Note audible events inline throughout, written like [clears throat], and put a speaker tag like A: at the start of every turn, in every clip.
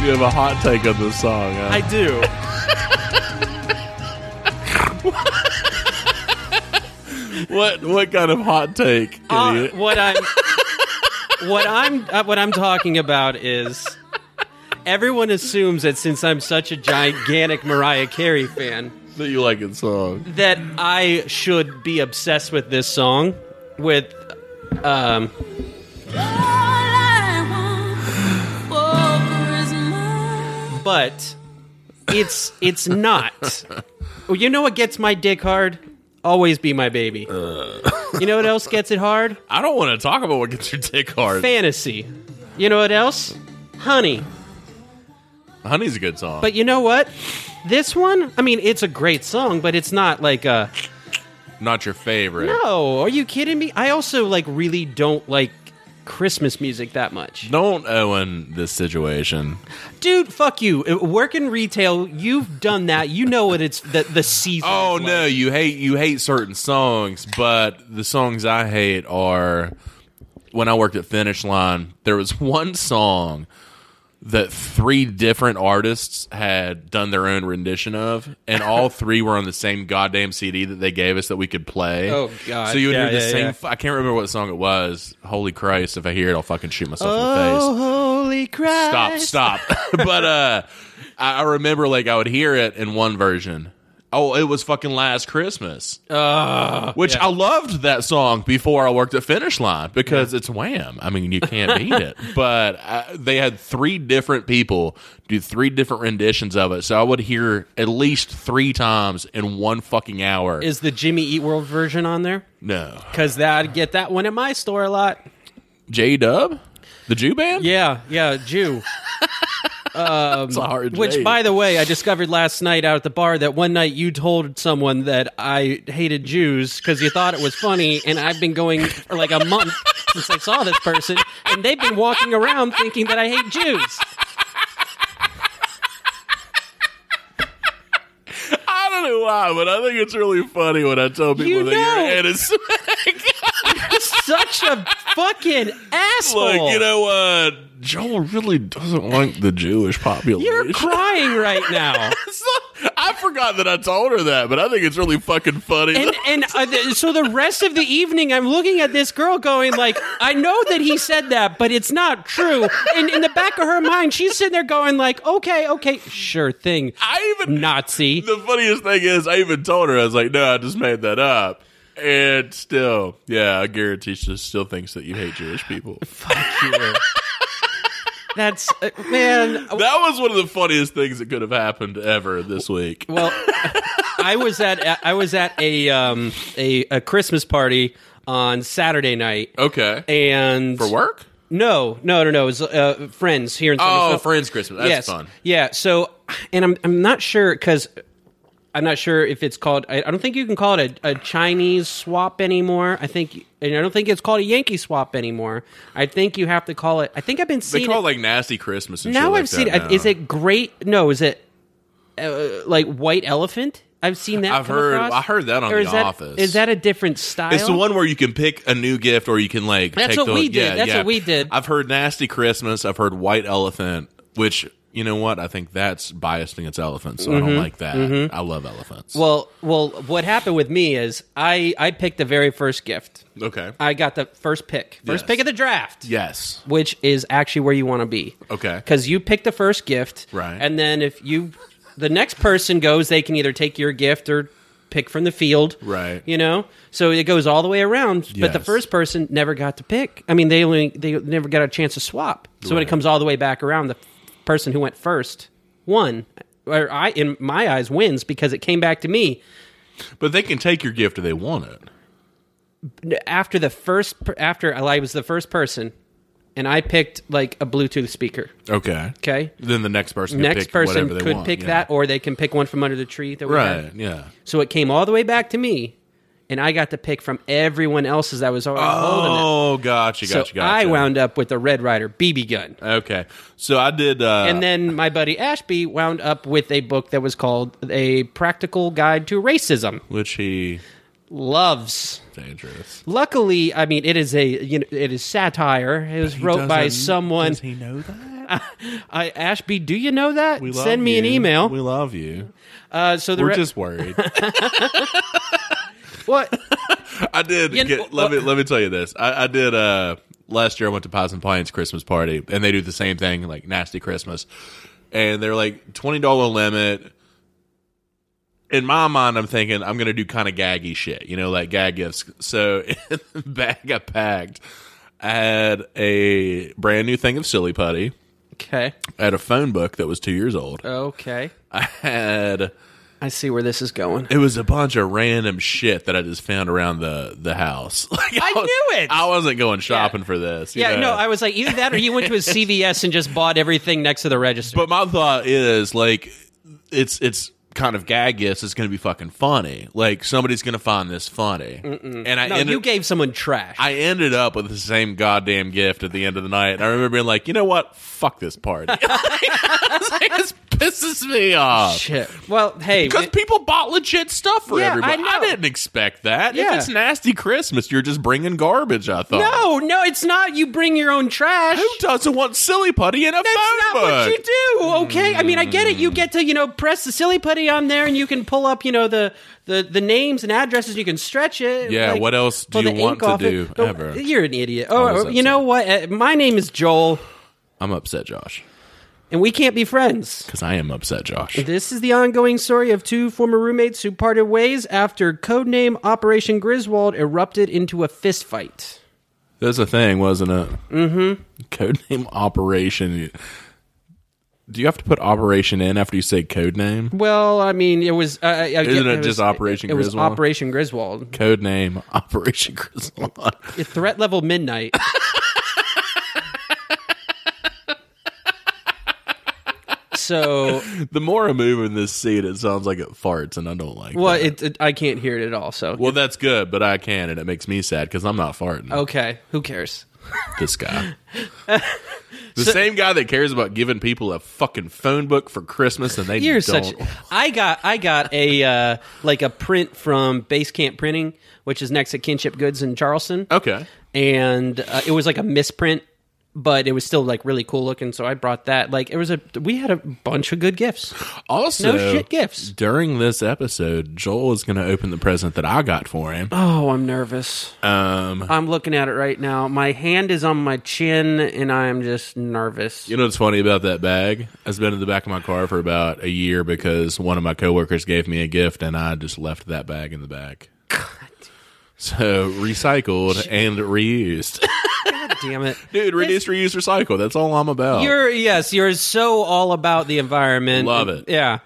A: you have a hot take on this song. huh?
B: I do.
A: what what kind of hot take,
B: Uh,
A: idiot?
B: what I'm what I'm uh, what I'm talking about is everyone assumes that since I'm such a gigantic Mariah Carey fan
A: That you like it song.
B: that I should be obsessed with this song with um but it's it's not. Well, you know what gets my dick hard? Always be my baby. You know what else gets it hard?
A: I don't want to talk about what gets your dick hard.
B: Fantasy. You know what else? Honey.
A: Honey's a good song.
B: But you know what? This one, I mean, it's a great song, but it's not like a.
A: Not your favorite.
B: No, are you kidding me? I also like really don't like Christmas music that much.
A: Don't Owen this situation.
B: Dude, fuck you. Uh, Work in retail, you've done that. You know what it's the the season.
A: Oh
B: is
A: no,
B: like.
A: you hate you hate certain songs, but the songs I hate are when I worked at Finish Line, there was [laughs] one song that three different artists had done their own rendition of, and
B: [laughs]
A: all three were on the same goddamn CD that they gave us that we could play.
B: Oh, God.
A: So you would
B: Yeah,
A: hear the
B: yeah,
A: same.
B: yeah.
A: f- I can't remember what song it was. Holy Christ! If I hear it, I'll fucking shoot myself in the face
B: Oh, holy Christ.
A: stop, stop. [laughs] but uh, I, I remember like I would hear it in one version. Oh, it was fucking last Christmas,
B: Uh,
A: which I loved that song before I worked at Finish Line because it's Wham. I mean, you can't beat
B: [laughs]
A: it. But I, they had three different people do three different renditions of it, so I would hear at least three times in one fucking hour.
B: Is the Jimmy Eat World version on there?
A: no,
B: Because that I'd get that one at my store a lot.
A: J Dub, the Jew Band.
B: Yeah, yeah, Jew.
A: That's a hard.
B: Which,
A: J.
B: by the way, I discovered last night out at the bar that one night you told someone that I hated Jews because you thought it was funny, and I've been going for like a month since I saw this person, and they've been walking around thinking that I hate Jews.
A: I don't know why, but I think it's really funny when I tell people
B: You
A: that
B: know.
A: you're innocent.
B: Such a fucking asshole.
A: Like, you know what? Joel really doesn't like the Jewish
B: You're
A: [laughs] population.
B: crying right now.
A: I forgot that I told her that, but I think it's really fucking funny.
B: And and uh, th- so the rest of the evening, I'm looking at this girl, going like, I know that he said that, but it's not true. And in the back of her mind, she's sitting there going like, Okay, okay, sure thing,
A: I even [laughs]
B: Nazi.
A: the funniest thing is I even told her I was like, "No, I just made that up." And still, yeah, I guarantee she still thinks that you hate Jewish
B: [laughs]
A: people.
B: That's uh, man.
A: that was one of the funniest things that could have happened ever this week.
B: Well, I was at I was at a um a, a Christmas party on Saturday night,
A: Okay,
B: and
A: for work?
B: No, no, no, no. It was uh, friends here in
A: Oh,
B: Somerset.
A: friends Christmas. That's
B: yes.
A: fun.
B: Yeah. So, and I'm I'm not sure because I'm not sure if it's called. I, I don't think you can call it a, a Chinese swap anymore. I think, and I don't think it's called a Yankee swap anymore. I think you have to call it. I think I've been
A: They
B: seeing.
A: call it
B: it,
A: like nasty Christmas. And
B: now
A: shit like
B: I've seen.
A: that
B: it.
A: now.
B: Is it great? No, is it uh, like white elephant? I've seen that.
A: I've
B: come
A: heard-
B: Across.
A: I heard that on
B: Or
A: The
B: is that-
A: Office.
B: Is that a different style?
A: It's the one where you can pick a new gift or you can like
B: That's
A: take
B: what
A: the,
B: we did.
A: Yeah,
B: That's
A: yeah.
B: what we did.
A: I've heard Nasty Christmas, I've heard White Elephant, which you know what? I think that's biased against elephants, so I don't like that. I love elephants.
B: Mm-hmm. Well, well, what happened with me is I I picked the very first gift.
A: okay.
B: I got the first pick. First
A: Yes.
B: pick of the draft.
A: yes.
B: Which is actually where you want to be.
A: Okay.
B: Because you pick the first gift.
A: Right.
B: And then if you, the next person goes, they can either take your gift or pick from the field.
A: Right.
B: You know? So it goes all the way around. But the
A: Yes.
B: first person never got to pick. I mean, they only, they never got a chance to swap. So when
A: Right.
B: it comes all the way back around, the person who went first won. Or I, in my eyes, wins because it came back to me.
A: But they can take your gift if they want it.
B: after the first per- after I was the first person, and I picked like a Bluetooth speaker.
A: Okay.
B: Okay,
A: Then the next person can
B: next
A: pick
B: person
A: whatever they
B: could
A: want,
B: pick
A: yeah.
B: that, or they can pick one from under the tree. That we had.
A: Right, yeah.
B: So it came all the way back to me, and I got to pick from everyone else's that was already holding it.
A: Oh, gotcha,
B: So
A: gotcha, Uh, gotcha.
B: I wound up with the Red Rider BB gun,
A: Okay. So I did uh
B: and then my buddy Ashby wound up with a book that was called "A Practical Guide to Racism."
A: which he
B: Loves.
A: dangerous.
B: Luckily, I mean, it is a you know, it is satire. It was wrote by someone
A: he know that?
B: I, Ashby, do you know that?
A: We love
B: Send me an
A: you.
B: email.
A: We love you.
B: uh, so the
A: We're
B: [laughs] re-
A: just
B: [laughs]
A: worried.
B: what? [laughs]
A: I did.
B: You know,
A: get, let me let me tell you this. I, I did. Uh, last year I went to Pies and Pines Christmas party, and they do the same thing, like nasty Christmas, and they're like twenty dollar limit. In my mind, I'm thinking I'm gonna do kind of gaggy shit, you know, like gag gifts. So [laughs] in the bag I packed, I had a brand new thing of silly putty.
B: Okay,
A: I had a phone book that was two years old.
B: okay.
A: I had
B: I see where this is going.
A: it was a bunch of random shit that I just found around the the house. [laughs] Like, I, was-
B: knew it!
A: I wasn't going shopping for this. you
B: Yeah,
A: know?
B: no, I was like either that or you went to a CVS and just bought everything next to the register.
A: but my thought is like, it's it's kind of gag gifts. It's going to be fucking funny. Like somebody's going to find this funny. And I
B: no,
A: ended,
B: you gave someone trash.
A: I ended up with the same goddamn gift at the end of the night. And I remember being like, you know what? Fuck this party. [laughs] this pisses me off.
B: Shit. Well, hey,
A: Because
B: it-
A: people bought legit stuff for
B: Yeah,
A: everybody.
B: I
A: I,
B: know.
A: didn't expect that. If
B: Yeah.
A: it's nasty Christmas, you're just bringing garbage. I thought.
B: no, no, it's not. You bring your own trash.
A: who doesn't want silly putty in a
B: That's not
A: phone
B: what
A: book?
B: you do, okay? I mean, I get it. You get to you know press the silly putty on there, and you can pull up you know the the, the names and addresses. You can stretch it.
A: Yeah,
B: like,
A: what else do
B: pull
A: you
B: the
A: want
B: ink
A: to
B: off it.
A: do
B: But
A: ever?
B: You're an idiot. Oh,
A: was
B: you know what? Uh, My name is Joel,
A: I'm upset, Josh,
B: and we can't be friends.
A: because I am upset, Josh.
B: This is the ongoing story of two former roommates who parted ways after codename Operation Griswold erupted into a fist fight.
A: That's a thing, wasn't it? Mm-hmm. Codename Operation. Do you have to put Operation in after you say codename?
B: Well, I mean, it was. Uh, I- I get-
A: Isn't it
B: was-
A: just Operation
B: It was
A: Griswold?
B: Operation Griswold.
A: Codename [laughs] Operation Griswold.
B: Threat
A: [laughs]
B: level midnight. so,
A: the more I move in this seat, it sounds like it farts, and I don't like.
B: well,
A: that.
B: it, it- I can't hear it at all. So,
A: well, that's good, but I can, and it makes me sad because I'm not
B: Oh,
A: farting.
B: okay, who cares?
A: this guy. The same guy that cares about giving people a fucking phone book for Christmas and they
B: You're
A: don't.
B: such. I got I got a uh, like a print from Basecamp Printing, which is next to Kinship Goods in Charleston.
A: okay.
B: and uh, it was like a misprint but it was still like really cool looking so i brought that like it was a we had a bunch of good gifts
A: Also,
B: No shit gifts.
A: During this episode, Joel is going to open the present that I got for him.
B: oh i'm nervous
A: Um,
B: i'm looking at it right now my hand is on my chin and i'm just nervous
A: you know what's funny about that bag? It's been in the back of my car for about a year because one of my coworkers gave me a gift and I just left that bag in the back. So recycled and reused. [laughs]
B: God damn it
A: Dude, reduce, reuse, recycle. That's all I'm about.
B: you're yes you're so all about the environment
A: Love it.
B: yeah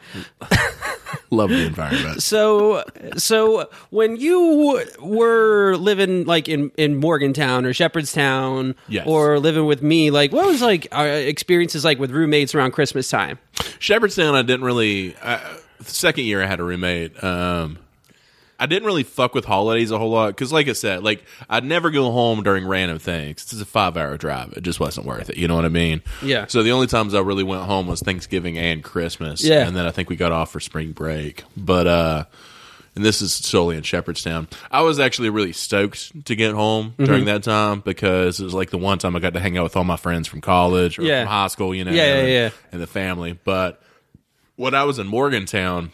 A: Love the environment.
B: so so when you were living like in in Morgantown or Shepherdstown
A: Yes.
B: or living with me like what was like our experiences like with roommates around Christmas time
A: Shepherdstown, I didn't really. I, the second year, I had a roommate. Um, I didn't really fuck with holidays a whole lot because, like I said, like I'd never go home during random things. This is a five-hour drive; it just wasn't worth it. You know what I mean?
B: Yeah.
A: So the only times I really went home was Thanksgiving and Christmas.
B: Yeah.
A: And then I think we got off for spring break, but uh, and this is solely in Shepherdstown. I was actually really stoked to get home
B: Mm-hmm.
A: during that time because it was like the one time I got to hang out with all my friends from college or
B: Yeah.
A: from high school. You know
B: Yeah, yeah,
A: and,
B: yeah.
A: and the family. But when I was in Morgantown,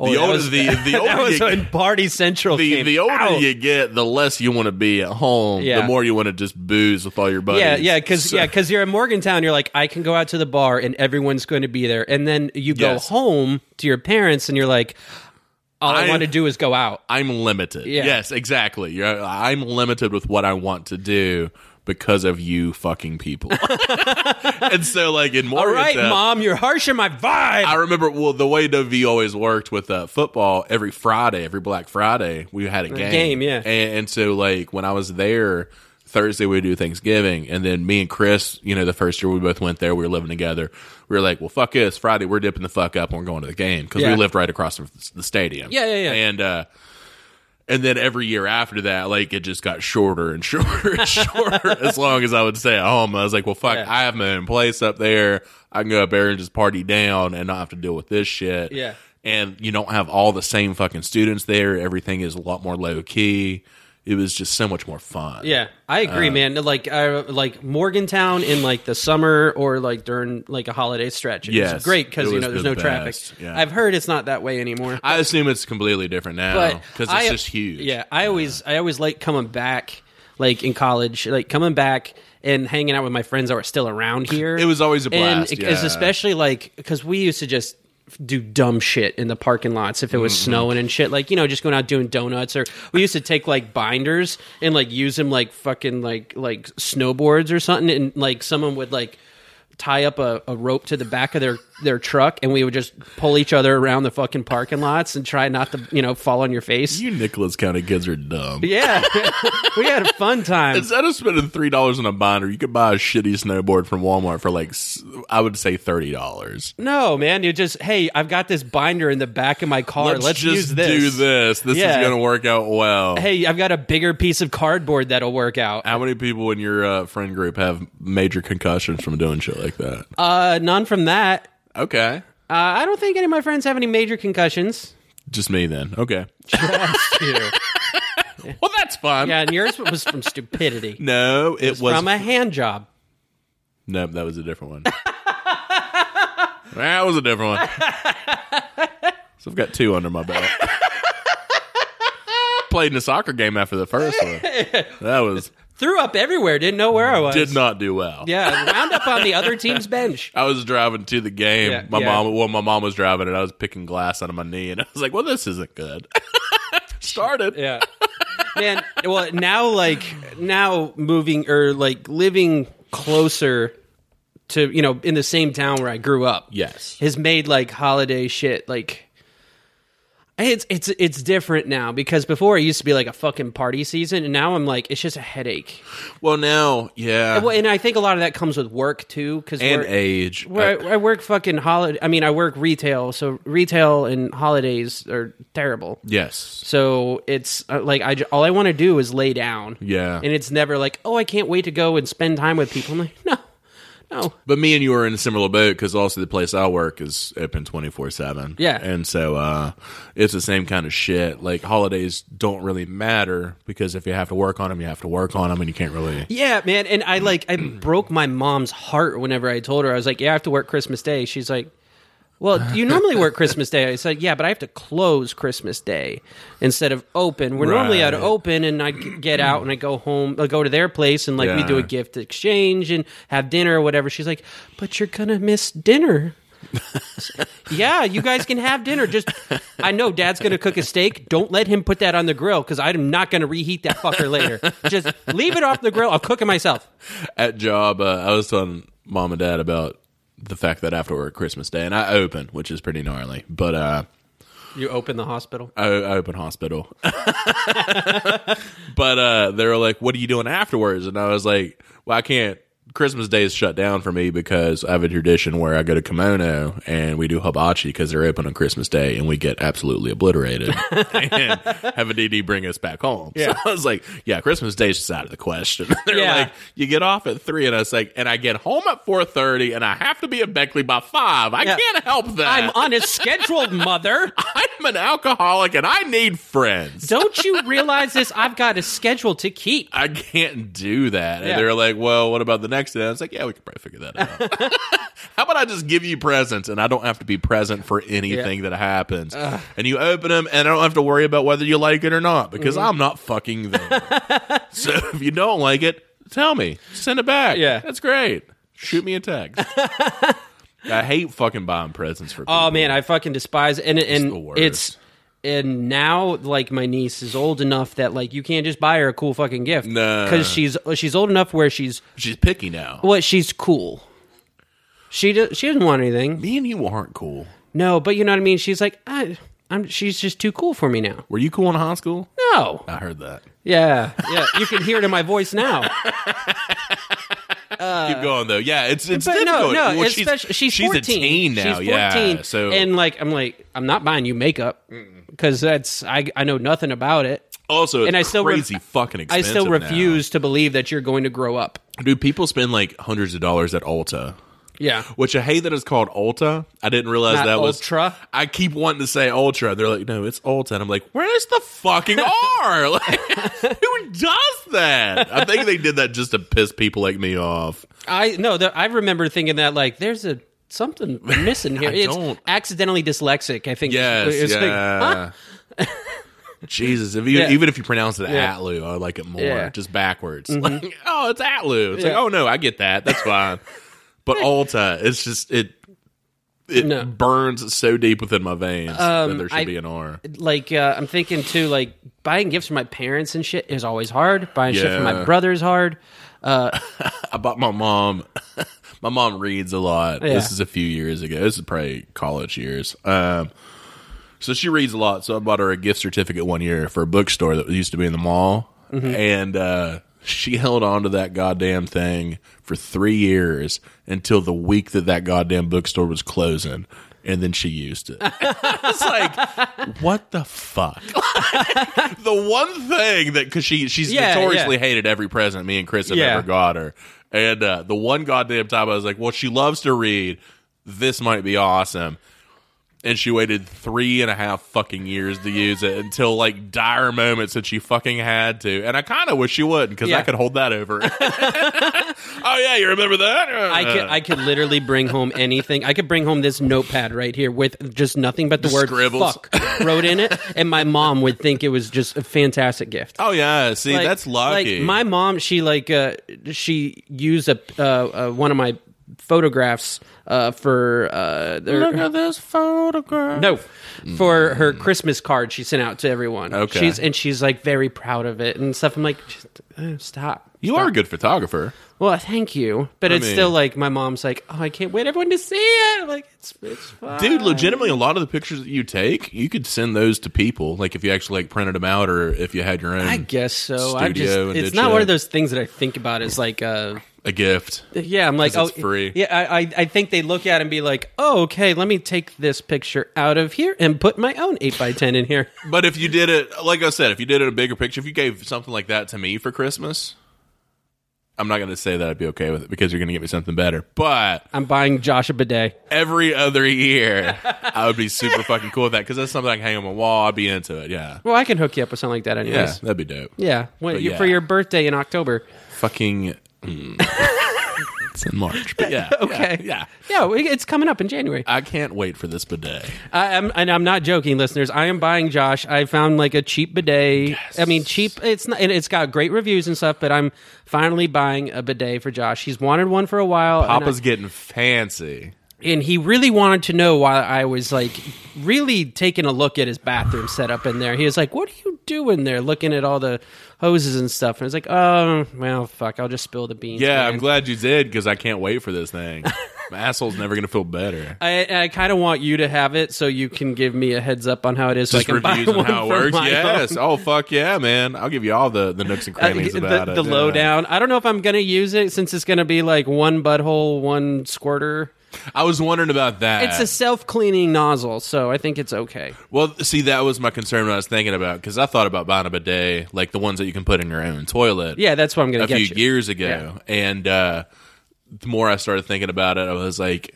B: Oh,
A: the
B: that
A: older
B: was-
A: the the
B: [laughs] that
A: older
B: was
A: you,
B: when Party Central
A: the,
B: came
A: the older
B: out.
A: you get, the less you want to be at home.
B: Yeah.
A: The more you want to just booze with all your buddies.
B: yeah, yeah, because
A: So-
B: yeah, because you're in Morgantown. You're like, I can go out to the bar and everyone's going to be there. And then you go
A: Yes.
B: home to your parents and you're like, all I,
A: I-
B: want to do is go out.
A: I'm limited.
B: Yeah.
A: Yes, exactly. You're, I'm limited with what I want to do because of you fucking people. [laughs] and so, like in
B: All right,
A: Morgantown,
B: mom, you're harshing my vibe.
A: I remember well the way WV always worked with uh, football. Every Friday, every Black Friday, we had a game.
B: game, yeah.
A: And, and so like when I was there Thursday, we would do Thanksgiving, and then me and Chris, you know, the first year we both went there, we were living together. We were like, well, fuck it, it's Friday, we're dipping the fuck up, and we're going to the game because
B: Yeah.
A: we lived right across from the stadium.
B: Yeah, yeah, yeah.
A: And uh, and then every year after that, like it just got shorter and [laughs] shorter and shorter as long as I would stay at home. I was like, well, fuck,
B: Yeah.
A: I have my own place up there. I can go up there and just party down and not have to deal with this shit.
B: Yeah.
A: And you don't have all the same fucking students there. Everything is a lot more low key. it was just so much more fun.
B: Yeah, I
A: Uh,
B: agree, man. Like, I, like Morgantown in like the summer or like during like a holiday stretch. It's
A: Yes,
B: great
A: it
B: because you
A: was
B: know there's
A: the
B: no traffic.
A: best, yeah.
B: I've heard it's not that way anymore.
A: I assume it's completely different now
B: but
A: because it's
B: I-
A: just huge.
B: Yeah, I always I always like coming back, like in college, like coming back and hanging out with my friends that were
A: [laughs]
B: still around here.
A: It was always a blast,
B: and it-
A: yeah.
B: it's especially like because we used to just do dumb shit in the parking lots if it
A: Mm-hmm.
B: was snowing and shit like you know just going out doing donuts or we used to take like binders and like use them like fucking like like snowboards or something and like someone would like tie up a, a rope to the back of their their truck and we would just pull each other around the fucking parking lots and try not to you know fall on your face
A: you Nicholas County kids are dumb. [laughs]
B: [laughs] yeah, we had a fun time.
A: Instead of spending three dollars on a binder, you could buy a shitty snowboard from Walmart for like s- I would say thirty dollars.
B: No, man, you just hey, I've got this binder in the back of my car. Let's,
A: just
B: use this.
A: do this. This
B: Yeah.
A: is going to work out well.
B: Hey, I've got a bigger piece of cardboard that'll work out.
A: How many people in your uh, friend group have major concussions from doing shit like that?
B: Uh, none from that.
A: okay,
B: Uh, I don't think any of my friends have any major concussions.
A: just me then. Okay,
B: [laughs] yeah,
A: well that's fine.
B: and yours was from stupidity,
A: [laughs] No, it, was
B: from a hand job.
A: no. That was a different one. [laughs] that was a different one. so I've got two under my
B: [laughs]
A: belt. Played in a soccer game after the first
B: [laughs]
A: one. That was
B: Threw up everywhere. Didn't know where I was.
A: did not do well.
B: Yeah, wound up on the other team's bench.
A: I was driving to the game.
B: Yeah,
A: my
B: yeah.
A: mom, well, my mom was driving, and I was picking glass out of my knee, and I was like, "Well, this isn't good." [laughs] Started.
B: Yeah. [laughs] Man, well, now like now moving or like living closer to, you know, in the same town where I grew up.
A: Yes.
B: Has made like holiday shit like it's it's it's different now because before it used to be like a fucking party season and now I'm like it's just a headache.
A: Well, now, yeah,
B: Well, and I think a lot of that comes with work too cuz
A: and age.
B: where I, I work fucking holiday I mean I work retail so retail and holidays are terrible.
A: yes.
B: So it's uh, like I j- all I want to do is lay down.
A: Yeah.
B: And it's never like, oh, I can't wait to go and spend time with people. I'm like, no, no.
A: But me and you are in a similar boat because also the place I work is open twenty four seven.
B: Yeah.
A: and so uh, it's the same kind of shit. Like holidays don't really matter because if you have to work on them, you have to work on them, and you can't really.
B: Yeah, man. And I like I [clears throat] broke my mom's heart whenever I told her I was like, yeah, I have to work Christmas Day. She's like.
A: [laughs]
B: Well, you normally work Christmas Day. I said, yeah, but I have to close Christmas Day instead of open. We're normally at
A: Right.
B: open, and I get out and I go home, I go to their place, and like we
A: Yeah.
B: do a gift exchange and have dinner or whatever. She's like, but you're gonna miss dinner. [laughs] Yeah, you guys can have dinner. Just I know Dad's gonna cook a steak. Don't let him put that on the grill because I'm not gonna reheat that fucker later. Just leave it off the grill. I'll cook it myself.
A: at job, uh, I was telling mom and dad about the fact that after work Christmas Day, and I open, which is pretty gnarly, but uh,
B: You open the hospital.
A: I, I open hospital. [laughs] but uh, they were like, "What are you doing afterwards?" And I was like, "Well, I can't." Christmas Day is shut down for me because I have a tradition where I go to Kimono and we do hibachi because they're open on Christmas Day and we get absolutely obliterated [laughs] and have a DD bring us back home.
B: Yeah.
A: So [laughs] I was like, yeah, Christmas Day's just out of the question. [laughs] They're
B: Yeah.
A: like, you get off at three and I was like, and I get home at 4.30 and I have to be at Beckley by five. I
B: Yeah.
A: can't help that.
B: I'm on a schedule, mother.
A: [laughs] I'm an alcoholic and I need friends.
B: Don't you realize this? I've got a schedule to keep.
A: I can't do that.
B: Yeah.
A: And they were like, well, what about the next day? I was like, yeah, we could probably figure that out. [laughs] How about I just give you presents and I don't have to be present for anything that happens? And you open them and I don't have to worry about whether you like it or not because
B: Mm-hmm.
A: I'm not fucking
B: [laughs]
A: there. so if you don't like it, tell me. Send it back.
B: Yeah.
A: That's great. Shoot me a
B: [laughs]
A: text. I hate fucking buying presents for people.
B: Oh man, I fucking despise and and
A: the worst.
B: it's and now like my niece is old enough that like you can't just buy her a cool fucking gift
A: Nah.
B: because she's she's old enough where she's
A: She's picky now.
B: Well, she's cool. She do, she doesn't want anything.
A: Me and you aren't cool.
B: No, but you know what I mean. She's like, I, I'm. She's just too cool for me now.
A: Were you cool in high school?
B: No.
A: I heard that.
B: Yeah, yeah. You can hear it in my
A: [laughs]
B: voice now.
A: keep going though. Yeah, it's it's
B: But no,
A: difficult.
B: no.
A: Well,
B: she's, especially, she's
A: she's a
B: 14.
A: teen now.
B: She's 14,
A: yeah, so
B: and like I'm like I'm not buying you makeup because that's I I know nothing about it.
A: also
B: and
A: it's
B: I still re-
A: crazy fucking
B: I
A: expensive.
B: still
A: now.
B: refuse to believe that you're going to grow up.
A: Do people spend like hundreds of dollars at Ulta?
B: Yeah.
A: Which I hate that it's called Ulta. I didn't realize
B: Not
A: that was
B: Ultra.
A: I keep wanting to say Ultra. They're like, no, it's Ulta. And I'm like, where's the
B: [laughs]
A: fucking R? [laughs] Like, who does that? I think they did that just to piss people like me off.
B: I no, there, I remember thinking that like there's a something [laughs] missing here.
A: I
B: it's
A: don't-
B: accidentally dyslexic. I think.
A: Yes.
B: It's like, huh? [laughs]
A: yeah. Jesus, if you,
B: Yeah.
A: even if you pronounce it
B: Yeah.
A: Atlu, I like it more.
B: Yeah. Mm-hmm.
A: Just backwards. Like, oh, it's Atlu. It's like,
B: Yeah.
A: oh no, I get that. That's fine. but
B: [laughs]
A: Ulta, it's just it it
B: No.
A: burns so deep within my veins that
B: Um,
A: there should
B: I-
A: be an R.
B: like uh, I'm thinking too, like buying gifts for my parents and shit is always hard. Buying shit for
A: Yeah.
B: my brother is hard.
A: I bought my mom. [laughs] my mom reads a lot.
B: Yeah.
A: This is a few years ago. This is probably college years. Um, so she reads a lot. So I bought her a gift certificate one year for a bookstore that used to be in the mall,
B: Mm-hmm.
A: and uh, she held on to that goddamn thing for three years until the week that that goddamn bookstore was closing. And then she used it. [laughs] it's like, what the fuck? [laughs] the one thing that because she she's
B: Yeah,
A: notoriously
B: yeah.
A: hated every present me and Chris have
B: Yeah.
A: ever got her. And uh, the one goddamn time I was like, well, she loves to read. This might be awesome. And she waited three and a half fucking years to use it until like dire moments that she fucking had to. And I kind of wish she wouldn't because I
B: Yeah.
A: could hold that over. [laughs] oh yeah, you remember that?
B: I could I could literally bring home anything. I could bring home this notepad right here with just nothing but the, word
A: scribbles.
B: "fuck" wrote in it, and my mom would think it was just a fantastic gift.
A: oh yeah, see
B: Like-
A: that's lucky.
B: Like my mom, she like uh, she used a uh, uh, one of my photographs uh, for uh,
A: Look
B: her,
A: at this photograph.
B: no for her Christmas card she sent out to everyone.
A: Okay.
B: she's and she's like very proud of it and stuff. I'm like, just, uh, stop.
A: you are a good photographer.
B: Well, thank you, but it's
A: mean-
B: still like my mom's like, oh, I can't wait everyone to see it. I'm Like it's it's fun.
A: Dude, legitimately, a lot of the pictures that you take, you could send those to people. Like if you actually like printed them out, or if you had your own,
B: I guess so. I
A: Studio
B: just
A: and
B: it's
A: did
B: not
A: shit.
B: one of those things that I think about. It's like uh,
A: a gift.
B: Yeah, I'm like,
A: 'Cause
B: oh,
A: it's free.
B: Yeah, I, I, I think they look at it and be like, oh, okay, let me take this picture out of here and put my own eight by ten
A: [laughs]
B: in here.
A: But if you did it, like I said, if you did it a bigger picture, if you gave something like that to me for Christmas, I'm not going to say that I'd be okay with it because you're going to get me something better. But
B: I'm buying Josh a bidet.
A: every other year, I would be super fucking cool with that because that's something I can hang on my wall. I'd be into it. Yeah,
B: Well, I can hook you up with something like that,
A: yeah,
B: anyways.
A: that'd be dope.
B: Yeah, When, you
A: yeah.
B: for your birthday in October.
A: Fucking, mm.
B: [laughs]
A: it's in March, but yeah,
B: Okay.
A: yeah. yeah.
B: Yeah, we- it's coming up in January.
A: I can't wait for this bidet.
B: I am, and I'm not joking, listeners. I am buying Josh. I found like a cheap bidet. I mean, cheap. It's not. And it's got great reviews and stuff. But I'm finally buying a bidet for Josh. He's wanted one for a while. and I-
A: Papa's getting fancy.
B: and he really wanted to know why I was like really taking a look at his bathroom setup in there. He was like, "What are you doing there? Looking at all the hoses and stuff." And I was like, "Oh, well, fuck, I'll just spill the beans."
A: Yeah,
B: man."
A: I'm glad you did because I can't wait for this
B: [laughs]
A: thing. My asshole's never gonna feel better.
B: I, I kind of want you to have it so you can give me a heads up on how it is.
A: Just
B: so I can
A: reviews
B: buy
A: on
B: one
A: how it
B: for
A: works.
B: my
A: Yes.
B: own.
A: Oh fuck yeah, man! I'll give you all the, the nooks and
B: Uh,
A: crannies
B: the,
A: about
B: the
A: it. yeah.
B: lowdown. I don't know if I'm gonna use it since it's gonna be like one butthole, one squirter.
A: I was wondering about that.
B: It's a self cleaning nozzle, so I think it's okay.
A: well, see, that was my concern when I was thinking about because I thought about buying a bidet, like the ones that you can put in your own toilet.
B: Yeah, that's what I'm gonna
A: a
B: get
A: few
B: you.
A: years ago, and uh, the more I started thinking about it, I was like,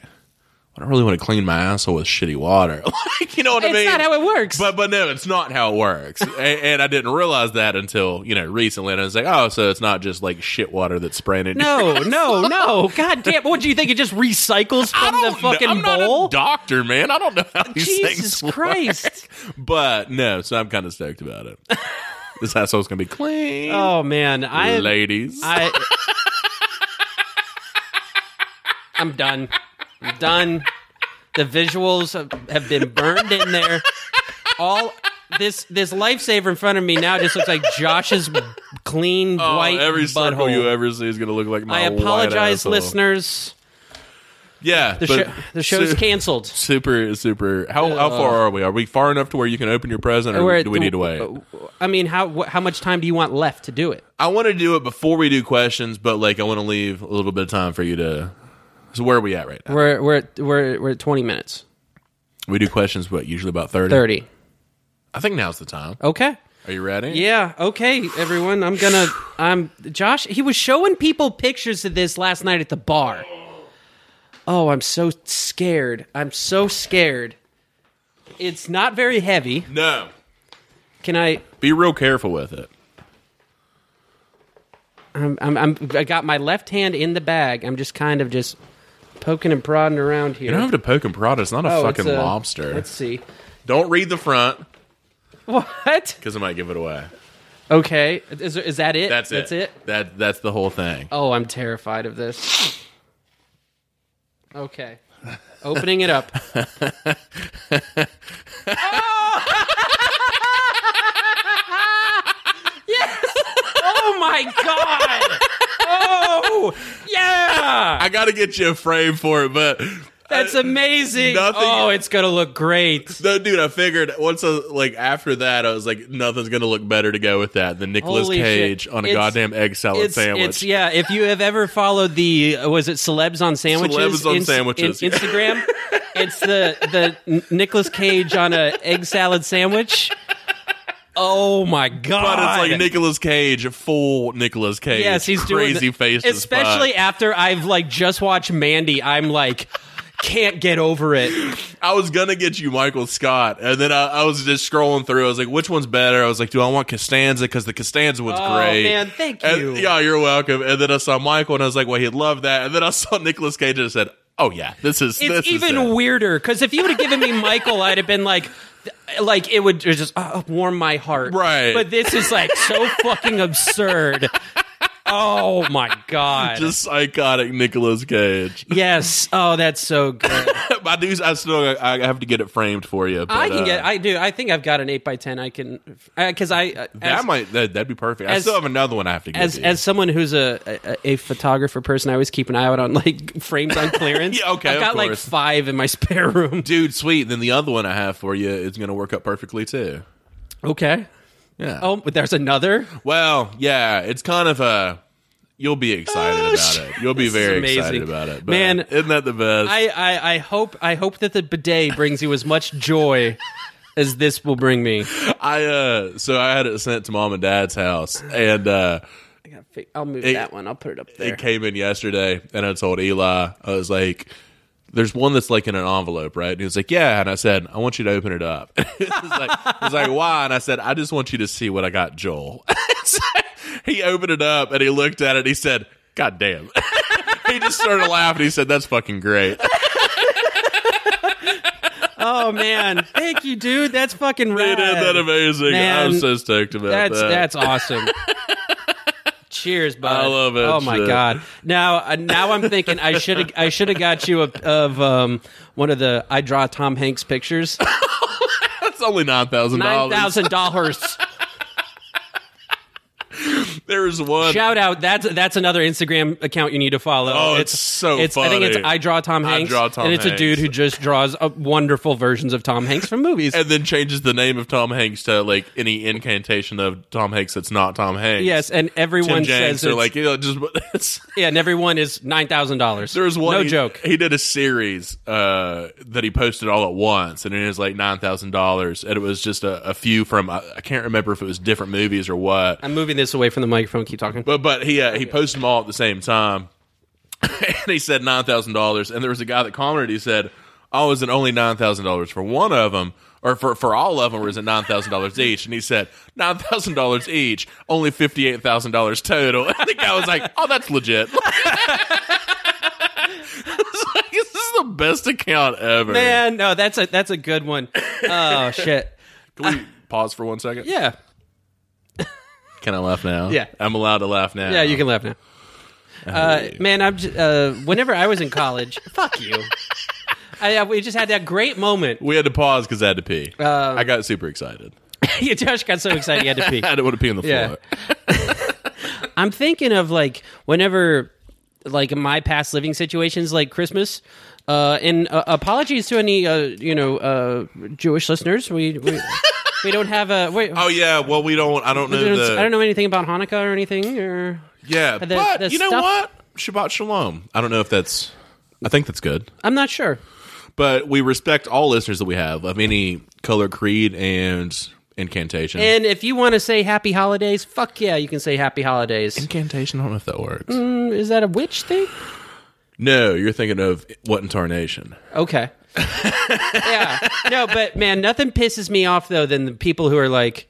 A: I don't really want to clean my asshole with shitty water. [laughs] like, you know what I
B: It's
A: mean?
B: not how it works.
A: But but no, it's not how it works.
B: [laughs]
A: and, and I didn't realize that until you know recently. And I was like, oh, so it's not just like shit water that's spraying it. [laughs]
B: No, no, no. God damn. What do you think? It just recycles
A: I
B: from
A: don't
B: the fucking
A: know. I'm
B: bowl?
A: not a doctor, man. I don't know how these
B: Jesus
A: things [laughs]
B: Christ.
A: work. But no, so I'm kind of stoked about
B: [laughs]
A: it. this asshole's gonna be clean,
B: Oh, man. I,
A: ladies.
B: I, I'm done. I'm done. The visuals have, have been burned in there. All this this lifesaver in front of me now just looks like Josh's clean
A: Oh,
B: white
A: every circle
B: butthole.
A: you ever see is gonna look like my
B: I
A: white
B: apologize,
A: asshole.
B: listeners.
A: Yeah,
B: The,
A: but
B: show the show's
A: su-
B: canceled.
A: Super, super. How how far are we? Are we far enough to where you can open your present, or
B: We're at
A: do we
B: the-
A: need to wait?
B: I mean, how wh- how much time do you want left to do it?
A: I want to do it before we do questions, but like I want to leave a little bit of time for you to. So where are we at right now?
B: We're we're at, we're we're at twenty minutes.
A: We do questions, what usually about thirty.
B: Thirty.
A: I think now's the time.
B: Okay.
A: Are you ready?
B: Yeah. Okay, everyone. I'm gonna. I'm Josh. He was showing people pictures of this last night at the bar. Oh, I'm so scared. I'm so scared. It's not very heavy.
A: No.
B: Can I?
A: Be real careful with it.
B: I'm, I'm, I'm, I got my left hand in the bag. I'm just kind of just poking and prodding around here.
A: You don't have to poke and prod. It's not a
B: Oh, it's
A: fucking
B: a-
A: lobster.
B: Let's see. [laughs]
A: Don't read the front
B: What?
A: because I might give it away.
B: Okay. Is, is that it?
A: That's it.
B: That's it.
A: That that's the whole thing.
B: Oh, I'm terrified of this. Okay. Opening
A: [laughs]
B: it up. Oh! yes! Oh my god! Oh! Yeah!
A: I got to get you a frame for it, but
B: That's amazing.
A: Nothing-
B: Oh, it's going to look great.
A: no, dude. I figured once, I, like after that, I was like, nothing's gonna look better to go with that than Nicolas
B: Holy shit.
A: Cage on a
B: It's-
A: goddamn egg salad
B: It's,
A: sandwich.
B: it's yeah. If you have ever followed the uh, was it celebs on sandwiches,
A: Celebs on
B: Ins-
A: sandwiches,
B: in-
A: yeah. [laughs]
B: Instagram, it's the the Nicholas Cage on a egg salad sandwich. Oh my god!
A: But it's like Nicolas Cage, full Nicolas Cage.
B: yes, he's doing
A: crazy
B: the-
A: face,
B: Especially after I've like just watched Mandy, I'm like can't get over it.
A: I was gonna get you Michael Scott, and then I, I was just scrolling through. I was like, which one's better? I was like, do I want Costanza because the Costanza one's
B: Oh,
A: great.
B: man, thank
A: And-
B: you.
A: yeah, you're welcome. And then I saw Michael, and I was like, well, he'd love that. And then I saw [laughs] Nicolas Cage, and I said, oh yeah, this is this
B: It's
A: is
B: even
A: it.
B: weirder because if you would have
A: [laughs]
B: given me Michael, I'd have been like. th- Like it would just uh, warm my heart,
A: Right.
B: But this is like so fucking absurd. Oh my god!
A: just psychotic Nicolas Cage. [laughs]
B: yes. Oh, that's so good.
A: I do. I still. I have to get it framed for you. But,
B: I can
A: uh,
B: get. I do. I think I've got an eight by ten. I can because I uh,
A: that
B: as,
A: might. That, that'd be perfect. I
B: as-
A: still have another one I have to get.
B: as
A: you.
B: as someone who's a, a a photographer person, I always keep an eye out on like
A: [laughs]
B: frames on clearance.
A: Yeah, okay,
B: I've
A: of
B: got like
A: course.
B: five in my [laughs] spare room.
A: dude, sweet. Then the other one I have for you is going to work up perfectly too.
B: Okay.
A: Yeah.
B: Oh, but there's another.
A: Well, yeah, it's kind of a. You'll be excited
B: Oh,
A: about
B: shit.
A: it. You'll be
B: This is
A: very
B: amazing.
A: excited about it, but
B: Man,
A: Isn't that the best?
B: I, I, I hope I hope that the bidet brings you as much joy as this will bring me.
A: I uh, so I had it sent to mom and dad's house, and uh,
B: I gotta fi- I'll move
A: It-
B: that one. I'll put it up there.
A: it came in yesterday, and I told Eli, I was like. There's one that's like in an envelope, right? And he was like, "Yeah," and I said, "I want you to open it up." [laughs] He's like, he was like, "Why?" And I said, "I just want you to see what I got, Joel." [laughs] So he opened it up and he looked at it. and He said, "God damn!" [laughs] he just started laughing. He said, "That's fucking great."
B: [laughs]
A: [laughs]
B: oh man, thank you, dude. That's fucking rad.
A: Isn't that amazing?
B: Man,
A: I'm so stoked about
B: That's
A: that. [laughs]
B: that's awesome. Cheers, bud.
A: I love that
B: Oh my
A: shit.
B: god. Now, uh, now I'm thinking I should I should have got you a, of um, one of the I draw Tom Hanks pictures.
A: That's only nine thousand
B: Nine
A: dollars.
B: thousand dollars.
A: There is one.
B: Shout out. That's that's another Instagram account you need to follow.
A: Oh, it's so
B: I think it's
A: funny.
B: I draw Tom Hanks.
A: Draw Tom
B: and it's a dude
A: Hanks.
B: who just draws uh, wonderful versions of Tom Hanks from movies.
A: and then changes the name of Tom Hanks to like any incantation of Tom Hanks that's not Tom Hanks.
B: yes, and everyone
A: Tim Jenks
B: says
A: or
B: it's,
A: like you know, just [laughs] it's,
B: yeah, and everyone is nine thousand dollars.
A: there was one. e-
B: No
A: he-
B: joke.
A: He did a series uh, that he posted all at once, and it was like nine thousand dollars, and it was just a, a few from I, I can't remember if it was different movies or what.
B: I'm moving this away from the microphone. Keep talking.
A: But but he uh, he posted them all at the same time, [laughs] and he said nine thousand dollars. And there was a guy that commented. He said, "Oh, is it only nine thousand dollars for one of them, or for for all of them, or is it nine thousand dollars each?" And he said, 9000 dollars each, only fifty eight thousand dollars total." [laughs] And the guy was like, "Oh, that's legit." [laughs] It's like, this is the best account ever.
B: Man, no, that's a that's a good
A: [laughs]
B: one. Oh shit.
A: Can we pause for one second?
B: Yeah.
A: Can I laugh now?
B: Yeah.
A: I'm allowed to laugh now.
B: Yeah, you can laugh now.
A: Oh,
B: Uh, man, I'm just, uh, whenever I was in college,
A: [laughs]
B: fuck you. I, uh, we just had that great moment. [laughs]
A: We had to pause because I had to pee.
B: Uh,
A: I got super excited.
B: Yeah, Josh got so excited he had to
A: [laughs]
B: pee.
A: I don't want to pee on the
B: Yeah.
A: floor.
B: I'm thinking of like whenever, like in my past living situations, like Christmas. Uh, and uh, apologies to any uh, you know uh, Jewish listeners.
A: [laughs]
B: We we, we don't have a wait.
A: Oh yeah, well we don't. I don't know
B: we don't-
A: the.
B: I don't know anything about Hanukkah or anything. Or
A: Yeah,
B: the-
A: but
B: the
A: you know
B: stuff-
A: what? Shabbat shalom. I don't know if that's. I think that's good,
B: I'm not sure.
A: but we respect all listeners that we have of any color, creed, and incantation.
B: And if you want to say happy holidays, fuck yeah, you can say happy holidays.
A: incantation. I don't know if that works.
B: Is that a witch thing?
A: No, you're thinking of what incarnation? [laughs]
B: Okay. yeah. No, but man, nothing pisses me off though than the people who are like,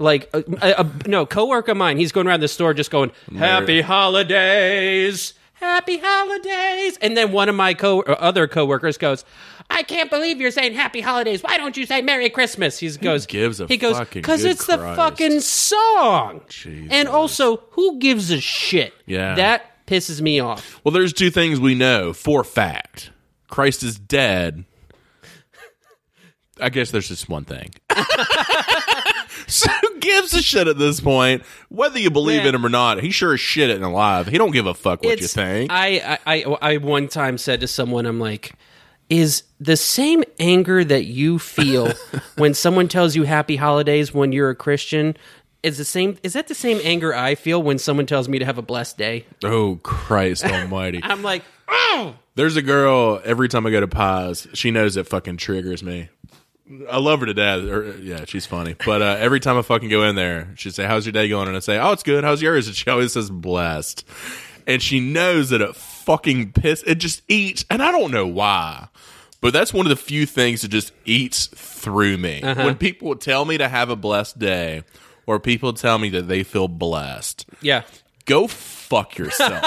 B: like, uh, uh, no, coworker of mine. He's going around the store just going, "Happy holidays, happy holidays," and then one of my co or other coworkers goes. I can't believe you're saying Happy Holidays. Why don't you say Merry Christmas? He goes.
A: gives a
B: he goes
A: fucking
B: because
A: good
B: it's the
A: Christ."
B: fucking song.
A: Jesus.
B: And also, who gives a shit?
A: Yeah.
B: that pisses me off.
A: Well, there's two things we know for fact: Christ is dead. I guess there's just one thing. [laughs] so who gives a shit at this point? Whether you believe
B: Man.
A: in him or not, he sure as shit isn't alive. He don't give a fuck what you
B: It's-
A: think.
B: I, I, I, I one time said to someone, I'm like, is the same anger that
A: [laughs]
B: you feel when someone tells you happy holidays when you're a Christian? Is the same? Is that the same anger I feel when someone tells me to have a blessed day?
A: oh Christ Almighty!
B: I'm like,
A: There's a girl every time I go to Pies, she knows it fucking triggers me. I love her to death. Or, yeah, she's funny. But uh, every time I fucking go in there, she'd say, How's your day going? And I say, Oh, it's good. How's yours? And she always says, Blessed. And she knows that it fucking piss. It just eats. And I don't know why. But that's one of the few things that just eats through me. When people tell me to have a blessed day or people tell me that they feel blessed,
B: yeah,
A: go fuck
B: [laughs]
A: yourself.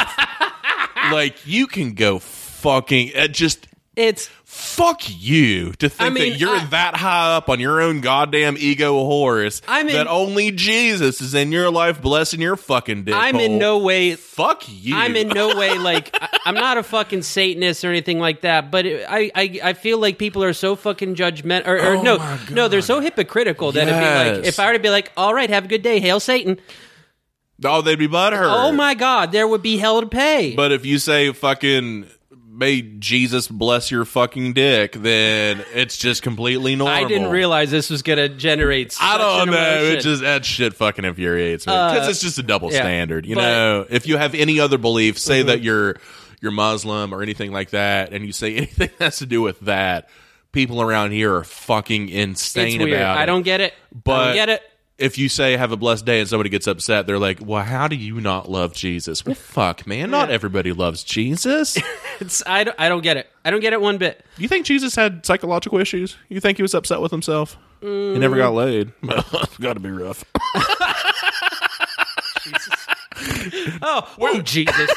A: like you can go fucking it just
B: it's
A: fuck you to think
B: I mean,
A: that you're
B: I-
A: that high up on your own goddamn ego horse
B: I'm in-
A: that only Jesus is in your life blessing your fucking dick.
B: I'm in no way
A: fuck you.
B: I'm in no
A: [laughs]
B: way like I, I'm not a fucking Satanist or anything like that. But it, I, I I feel like people are so fucking judgmental. Or, or
A: Oh my
B: no,
A: God.
B: no, they're so hypocritical that it'd be like
A: Yes.
B: if I were to be like, all right, have a good day, hail Satan.
A: Oh, they'd be butthurt.
B: Oh my God, there would be hell to pay.
A: But if you say fucking may Jesus bless your fucking dick, then it's just completely normal.
B: I didn't realize this was gonna generate. Such
A: I don't
B: an
A: know. It
B: emotion.
A: just that shit fucking infuriates me because it's just a double
B: Uh, yeah.
A: standard. You
B: But- Mm-hmm.
A: know, if you have any other belief, say that you're you're Muslim or anything like that, and you say [laughs] anything that has to do with that, people around here are fucking
B: it's
A: insane
B: weird.
A: about it.
B: I don't get it. I
A: But-
B: don't get it.
A: If you say have a blessed day and somebody gets upset, they're like, "Well, how do you not love Jesus?"
B: [laughs]
A: Well, fuck, man, not everybody loves Jesus.
B: It's I don't, I don't get it. I don't get it
A: [laughs]
B: one bit.
A: you think Jesus had psychological issues? You think he was upset with himself?
B: Mm.
A: He never got [laughs] laid. got to be rough.
B: Oh,
A: [laughs]
B: oh Jesus.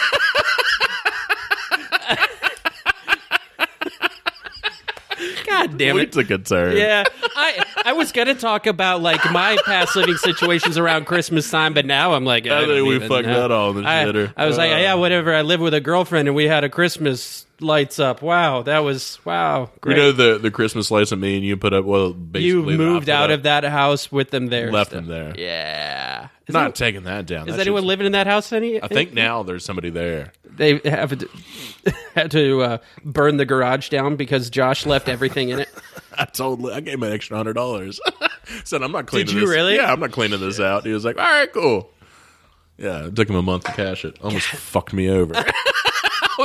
B: God damn
A: we
B: it.
A: took a turn.
B: [laughs] Yeah, I I was gonna talk about like my past living situations around Christmas time, but now I'm like, I,
A: think
B: don't
A: we
B: even
A: fucked
B: know.
A: that all in the
B: I,
A: shitter.
B: I was like,
A: Uh.
B: yeah, whatever. I live with a girlfriend, and we had a Christmas lights up. Wow, that was wow.
A: You
B: Great.
A: know the the Christmas lights that me and you put up. Well,
B: You
A: basically
B: moved
A: I put
B: out
A: up,
B: of that house with them there.
A: left them there.
B: Yeah. Is,
A: Not
B: any-
A: taking that down.
B: is
A: That
B: anyone
A: shit's-
B: living in that house? Any?
A: I think now there's somebody there.
B: they have to, [laughs] had to uh, burn the garage down because Josh left
A: [laughs]
B: everything in it.
A: [laughs] I told. I gave him an extra hundred dollars. [laughs] Said I'm not cleaning.
B: you
A: this.
B: really?
A: Yeah, I'm not cleaning this out. He was like, all right, cool. Yeah, it took him a month to cash it. Almost fucked me over. [laughs]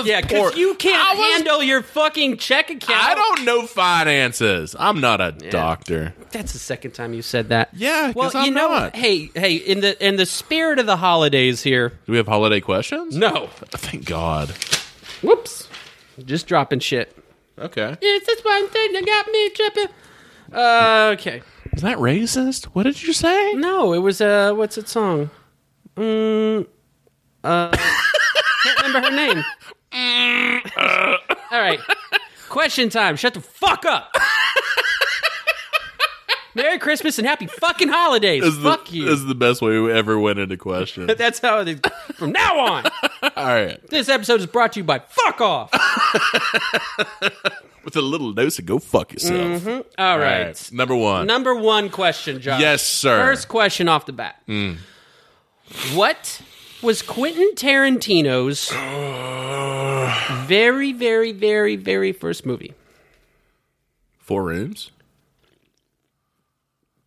B: Yeah,
A: poor.
B: because you can't
A: I was-
B: handle your fucking check account.
A: I don't know finances. I'm not a doctor.
B: That's the second time you said that.
A: Yeah, 'cause
B: well,
A: I'm
B: you know,
A: not.
B: hey, hey, in the in the spirit of the holidays here.
A: Do we have holiday questions?
B: No,
A: Thank God.
B: whoops, just dropping shit.
A: Okay.
B: It's this one thing that got me tripping. Uh, okay,
A: Is that racist? What did you say?
B: no, it was uh, what's that song? Mm, uh, can't remember her [laughs] name. All right, question time. Shut the fuck [laughs] up. Merry Christmas and happy fucking holidays.
A: This is the-
B: Fuck you.
A: This is the best way we ever went into
B: [laughs]
A: question.
B: But that's how it is from
A: [laughs]
B: now on.
A: All right.
B: This episode is brought to you by Fuck Off.
A: With a little dose of go fuck yourself.
B: All
A: All
B: Mm-hmm. right.
A: right. Number one.
B: Number one question, Josh.
A: Yes, sir. Mm.
B: First question off the bat. What was
A: [sighs]
B: Quentin Tarantino's very, very, very, very first movie?
A: Four rooms.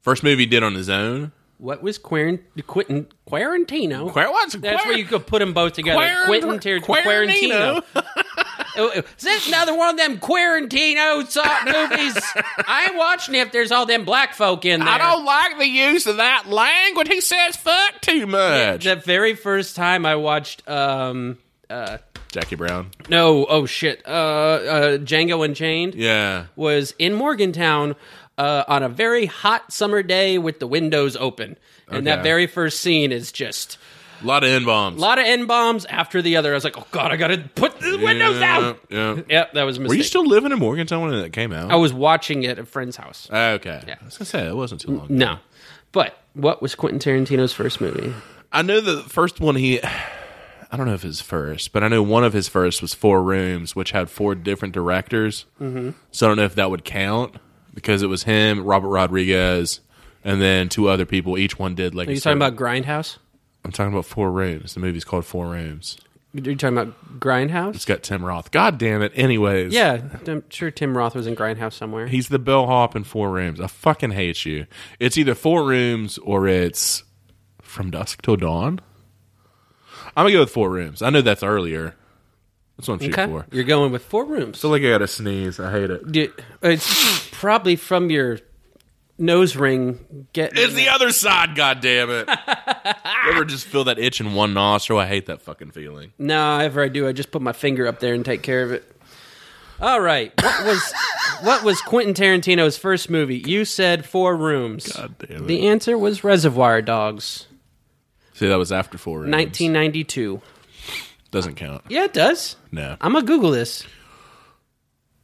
A: First movie he did on his own.
B: What was Quaren- Quentin Quarantino?
A: Quar- what's
B: That's
A: quar-
B: where you could put them both together.
A: Quarant-
B: Quentin Tar-
A: Quarantino.
B: Quarantino. Oh, oh, Is this another one of them Quarantino sort
A: [laughs]
B: movies? I ain't watching if there's all them black folk in there.
A: I don't like the use of that language. He says fuck too much.
B: The very first time I watched um, uh,
A: Jackie Brown.
B: No, oh shit. Uh, uh, Django Unchained
A: Yeah.
B: was in Morgantown uh, on a very hot summer day with the windows open, and that
A: Okay.
B: very first scene is just
A: A lot of N bombs.
B: a lot of n bombs after the other. I was like, oh god, I gotta put the windows down.
A: Yeah.
B: Yep, that was a mistake.
A: Were you still living in Morgantown when that came out?
B: I was watching it at a friend's house.
A: Uh. Okay. I was gonna say it wasn't too long. ago.
B: No, but what was Quentin Tarantino's first movie?
A: I know the first one he. I don't know if his first, but I know one of his first was Four Rooms, which had four different directors. Mm-hmm. So I don't know if that would count because it was him, Robert Rodriguez, and then two other people. Each one did like.
B: Are you talking about Grindhouse?
A: I'm talking about Four Rooms. The movie's called Four Rooms.
B: Are you talking about Grindhouse?
A: It's got Tim Roth. God damn it. Anyways,
B: Yeah, I'm sure Tim Roth was in Grindhouse somewhere.
A: he's the bellhop in Four Rooms. I fucking hate you. It's either Four Rooms or it's From Dusk Till Dawn. I'm gonna go with Four Rooms. I know that's earlier. That's what I'm shooting
B: okay,
A: for.
B: you're going with four rooms.
A: like I gotta sneeze. I hate it.
B: Do- uh, it's probably from your nose ring. Get
A: It's the other side, god damn
B: [laughs]
A: it. You ever just feel that itch in one nostril? I hate that fucking feeling.
B: no, ever I do, I just put my finger up there and take care of it. All right, what was what was Quentin Tarantino's first movie? You said Four Rooms.
A: God damn it.
B: The answer was Reservoir Dogs,
A: See, that was after Four Rooms.
B: 1992.
A: doesn't count.
B: Yeah, it does.
A: No,
B: I'm gonna Google this.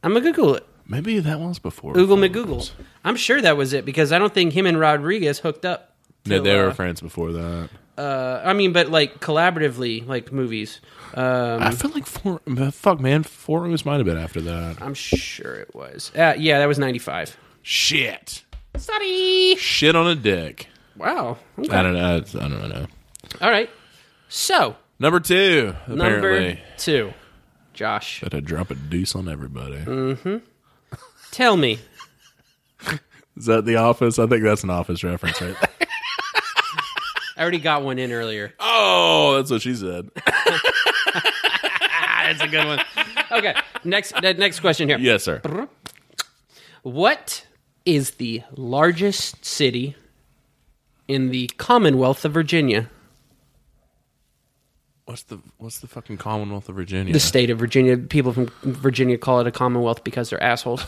B: I'm gonna Google it.
A: maybe that one's before
B: Google
A: Four
B: McGoogle.
A: Rooms.
B: I'm sure that was it because I don't think him and Rodriguez hooked up.
A: No,
B: till,
A: they were
B: uh,
A: friends before that.
B: uh, I mean, but like collaboratively, like movies. Um,
A: I feel like four. Fuck, man, four rooms might have been after that.
B: I'm sure it was. Uh, yeah, that was 95.
A: Shit,
B: Sorry.
A: shit on a dick.
B: Wow. Okay.
A: I don't know. I don't know.
B: All right. So
A: Number two,
B: number
A: apparently.
B: two, Josh,
A: Better drop a deuce on everybody.
B: Mm. tell me.
A: Is that The Office? I think that's an Office reference,
B: [laughs]
A: right?
B: I already got one in earlier.
A: oh, that's what she said.
B: That's a good one. Okay. Next. the Next question here.
A: Yes,
B: [laughs]
A: sir.
B: What is the largest city in the Commonwealth of Virginia?
A: What's the What's the fucking Commonwealth of Virginia?
B: The state of Virginia. People from Virginia call it a Commonwealth because they're assholes.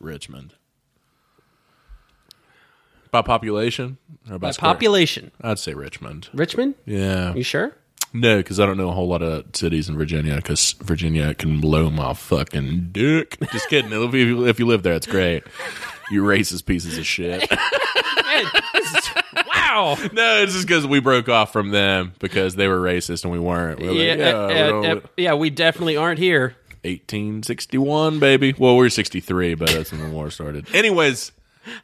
A: Richmond. By population or by,
B: By
A: square?
B: population.
A: I'd say Richmond.
B: Richmond?
A: Yeah.
B: You sure?
A: No, because I don't know a whole lot of cities in Virginia. Because Virginia can blow my fucking dick. Just kidding. It'll be, if you- if you live there, it's great. You racist pieces of
B: [laughs]
A: shit.
B: Man, this is- [laughs] wow.
A: no, it's just because we broke off from them because they were racist and we weren't. We were
B: Yeah,
A: like, yeah,
B: uh,
A: we
B: uh,
A: don't-
B: uh, yeah, we definitely aren't here.
A: 1861, baby. Well, we were 63, but that's when the war started. Anyways,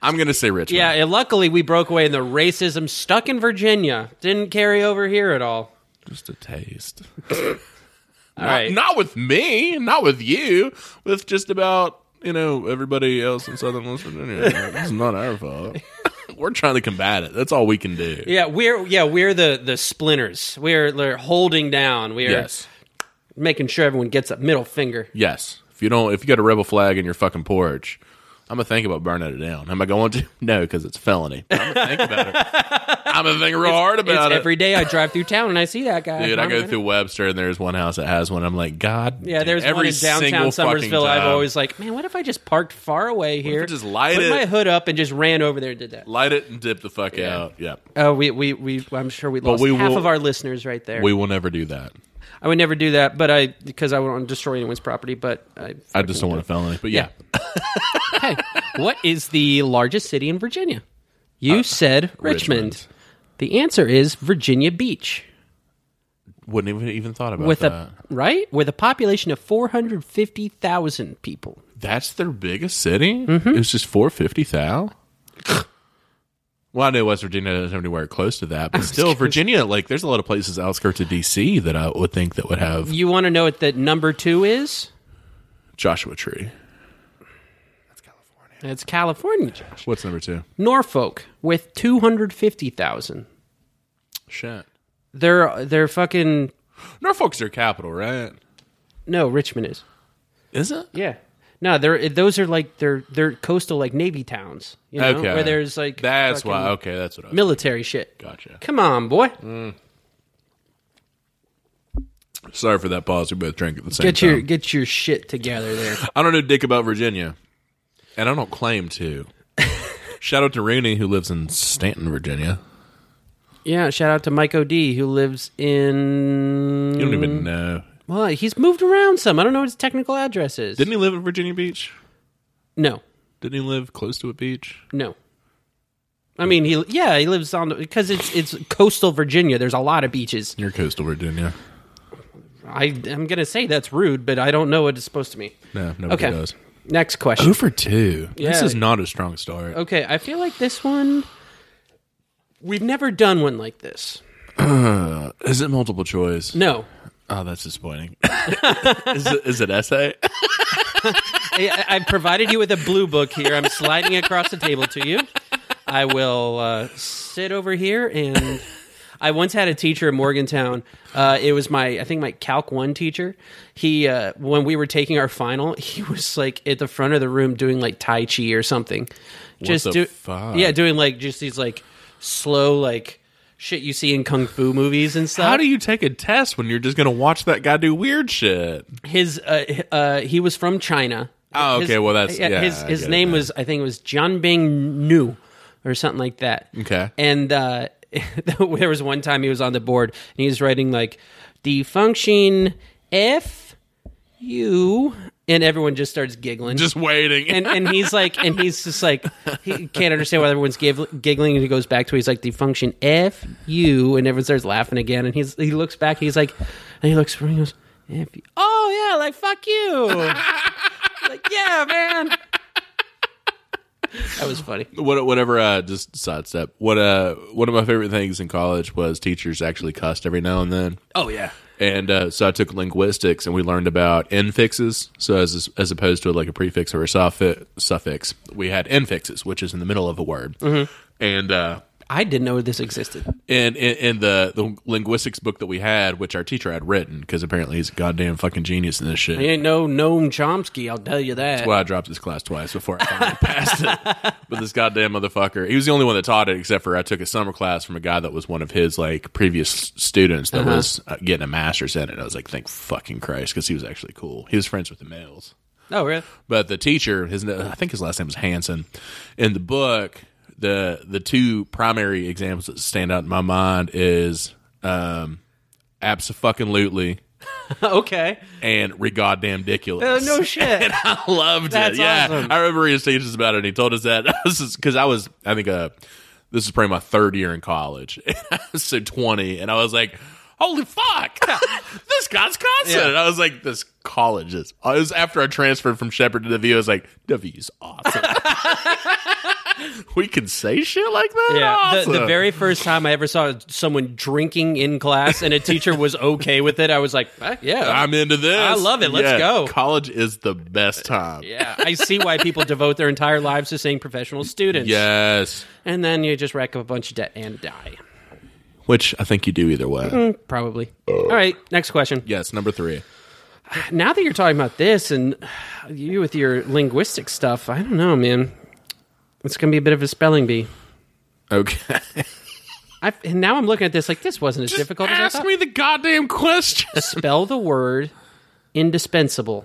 A: I'm gonna say Richmond.
B: Yeah, and luckily we broke away and the racism stuck in Virginia. Didn't carry over here at all.
A: just a taste.
B: All
A: Not-
B: right.
A: Not with me, not with you, with just about, you know, everybody else in Southern West Virginia.
B: [laughs]
A: it's not our fault. We're trying to combat it. That's all we can do.
B: yeah, we're yeah, we're the the splinters. We're, we're holding down. We're
A: Yes.
B: making sure everyone gets a middle finger.
A: Yes. If you don't if you got a rebel flag in your fucking porch, I'm gonna think about burning it down. Am I going to? [laughs] No, because it's a felony. But I'm gonna think about
B: [laughs]
A: it. I'm gonna think real hard
B: It's
A: about it.
B: every day I drive through town and I see that guy.
A: Dude, I
B: I'm
A: go
B: gonna-
A: through Webster and there's one house that has one. I'm like, God.
B: Yeah,
A: damn,
B: there's
A: every
B: one in
A: single
B: downtown Somersville.
A: fucking
B: I've
A: time.
B: always like, man, what if I just parked far away here?
A: I just light
B: put
A: it?
B: my hood up and just ran over there and did that.
A: light it and dip the fuck out. Yeah,
B: Oh, we, we, we I'm sure we lost
A: we
B: half
A: will-
B: of our listeners right there.
A: we will never do that.
B: I would never do that, but I because I wouldn't want to destroy anyone's property. But I,
A: I just don't want a felony. But yeah,
B: [laughs] hey, what is the largest city in Virginia? You said Uh, Richmond.
A: Richmond.
B: The answer is Virginia Beach,
A: wouldn't even even thought about
B: with
A: that.
B: a right with a population of four hundred fifty thousand people.
A: That's their biggest city.
B: Mm-hmm.
A: It was just four fifty
B: [laughs]
A: thou. Well, I know West Virginia doesn't have anywhere close to that, but still, Virginia, like, there's a lot of places outskirts of D.C. that I would think that would have
B: You want to know what the number two is?
A: Joshua Tree.
B: It's California, Josh.
A: What's number two?
B: Norfolk with two hundred fifty thousand.
A: Shit.
B: They're they're fucking
A: Norfolk's their capital, right?
B: no Richmond is
A: Is it?
B: yeah no they're those are like they're they're coastal like navy towns you know
A: Okay.
B: where there's like
A: That's
B: fucking
A: why. Okay, that's what I Mm,
B: military shit
A: gotcha.
B: come on boy
A: Sorry for that pause. We both drank at the same
B: Get
A: time.
B: your get your shit together there.
A: I don't know dick about Virginia, and I don't claim
B: [laughs]
A: to. Shout out to Rooney who lives in Stanton, Virginia.
B: Yeah, shout out to Mike O'D who lives in.
A: You don't even know.
B: Well, he's moved around some. I don't know what his technical address is.
A: Didn't he live in Virginia Beach?
B: no,
A: Didn't he live close to a beach?
B: no. I mean, he yeah, he lives on because it's it's coastal Virginia. There's a lot of beaches.
A: Near coastal Virginia.
B: I I'm gonna say that's rude, but I don't know what it's supposed to mean.
A: No, nobody
B: Okay,
A: does.
B: next question.
A: Two for two. This
B: Yeah.
A: is not a strong start.
B: Okay, I feel like this one. We've never done one like this.
A: Is it multiple choice?
B: No,
A: Oh, that's
B: [laughs]
A: disappointing. is, it, is it essay?
B: I, I I've provided you with a blue book here. I'm sliding across the table to you. I will uh, sit over here and. I once had a teacher in Morgantown. Uh, it was my, I think my Calc One teacher. He, uh, when we were taking our final, he was like at the front of the room doing like Tai Chi or something. Just
A: the
B: do,
A: fuck?
B: yeah, doing like just these like slow like shit you see in kung fu movies and stuff.
A: How do you take a test when you're just going to watch that guy do weird shit?
B: his uh, uh, he was from China.
A: Oh,
B: His-
A: okay, well, that's- yeah,
B: his
A: I
B: his
A: get it
B: name
A: now.
B: was I think it was Jianbing Nu or something like that.
A: Okay.
B: and uh, [laughs] there was one time he was on the board and he was writing like the function f u, and everyone just starts giggling.
A: Just waiting.
B: and, and he's like, and he's just like, he can't understand why everyone's giv- giggling. And he goes back to, it. he's like, the function F U, and everyone starts laughing again. And he's, he looks back, he's like, and he looks, and he goes, F U. Oh, yeah, like, fuck you. [laughs] like, yeah, man. That was funny.
A: what, whatever. Uh, just sidestep. What? Uh, one of my favorite things in college was teachers actually cussed every now and then.
B: Oh, yeah.
A: And uh, so I took linguistics, and we learned about infixes. So as as opposed to like a prefix or a suffix, suffix we had infixes, which is in the middle of a word. And uh,
B: I didn't know this existed.
A: in, in in the the linguistics book that we had, which our teacher had written, because apparently he's a goddamn fucking genius in this shit.
B: He ain't no Noam Chomsky, I'll tell you that.
A: [laughs] Well, I dropped this class twice before I finally passed it. But this goddamn motherfucker, he was the only one that taught it, except for I took a summer class from a guy that was one of his like previous students that was uh, getting a master's in it. I was like, thank fucking Christ, because he was actually cool. He was friends with the males.
B: Oh, really? [laughs]
A: But the teacher, his na- I think his last name was Hansen. In the book, the the two primary examples that stand out in my mind is um, absolutely
B: okay.
A: and regoddamn ridiculous.
B: Oh, no [laughs] shit.
A: [laughs] I loved
B: That's
A: it. Yeah,
B: awesome.
A: I remember he was teaching us about it, and he told us that [laughs] because I was, I think, uh, this is probably my third year in college, [laughs] I was so twenty, and I was like, "Holy fuck, [laughs] this guy's constant!"
B: Yeah.
A: And I was like, "This college is." It was after I transferred from Shepherd to the View. I was like, "W's awesome." [laughs] we can say shit like that.
B: Yeah, the, the
A: Awesome.
B: very first time I ever saw someone drinking in class and a teacher was okay with it, I was like, "Fuck yeah,
A: I'm into this.
B: I love it. Let's
A: Yeah,
B: go.
A: College is the best time.
B: yeah." I see why people devote their entire lives to seeing professional students.
A: Yes.
B: and then you just rack up a bunch of debt and die,
A: Which I think you do either way.
B: Mm. probably. All right, next question.
A: Yes, number three.
B: Now that you're talking about this and you with your linguistic stuff, I don't know, man. It's gonna be a bit of a spelling bee.
A: Okay.
B: I and now I'm looking at this like this wasn't as difficult as I
A: Ask
B: thought.
A: me the goddamn question.
B: Spell the word indispensable.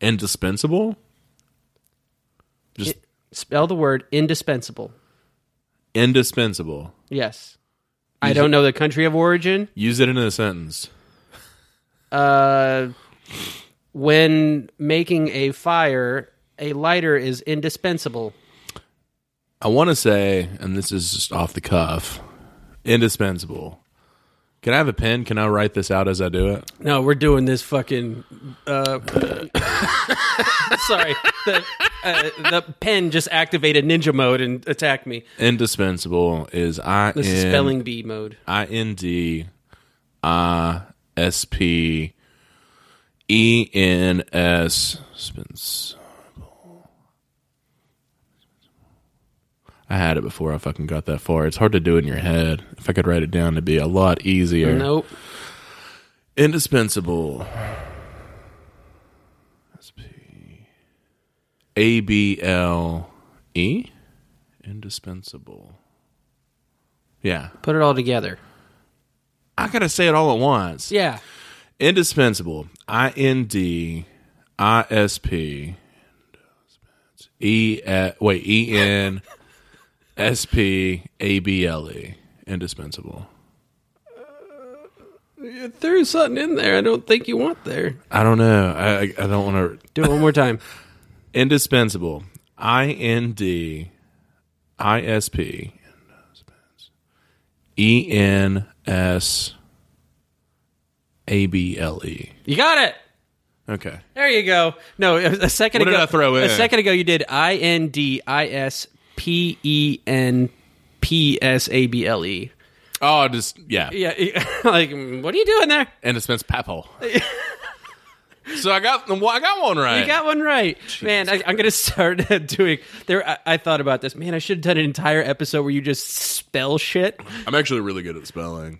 A: Indispensable? Just
B: Spell the word indispensable.
A: indispensable.
B: Yes. I don't know the country of origin.
A: Use it in a sentence.
B: Uh, when making a fire, a lighter is indispensable.
A: I want to say, and this is just off the cuff, indispensable. Can I have a pen? Can I write this out as I do it?
B: No, we're doing this fucking. [laughs] Uh, sorry, the uh, the pen just activated ninja mode and attacked me.
A: Indispensable is I
B: This is spelling bee mode.
A: I N D I S P E N S Spence. I had it before I fucking got that far. It's hard to do in your head. If I could write it down, it'd be a lot easier.
B: Nope.
A: Indispensable. S P E A B L E. Indispensable. Yeah.
B: Put it all together.
A: I gotta say it all at once.
B: Yeah.
A: Indispensable. I N D I S P E uh, wait E N S P A B L E. Indispensable.
B: You threw something in there I don't think you want there.
A: I don't know. I I I don't want to.
B: Do it one more time.
A: Indispensable. I N D I S P E N S A B L E.
B: You got it.
A: Okay.
B: There you go. No, a, a second
A: What did
B: ago.
A: I throw in?
B: A second ago, you did I N D I S P E N P S A B L E.
A: Oh, just yeah.
B: Yeah, [laughs] like mm, what are you doing there?
A: and it's Vince Papal. so I got well, I got one right.
B: You got one right, man. I, I'm gonna start [laughs] doing. There, I, I thought about this, man. I should have done an entire episode where you just spell shit. [laughs]
A: I'm actually really good at spelling.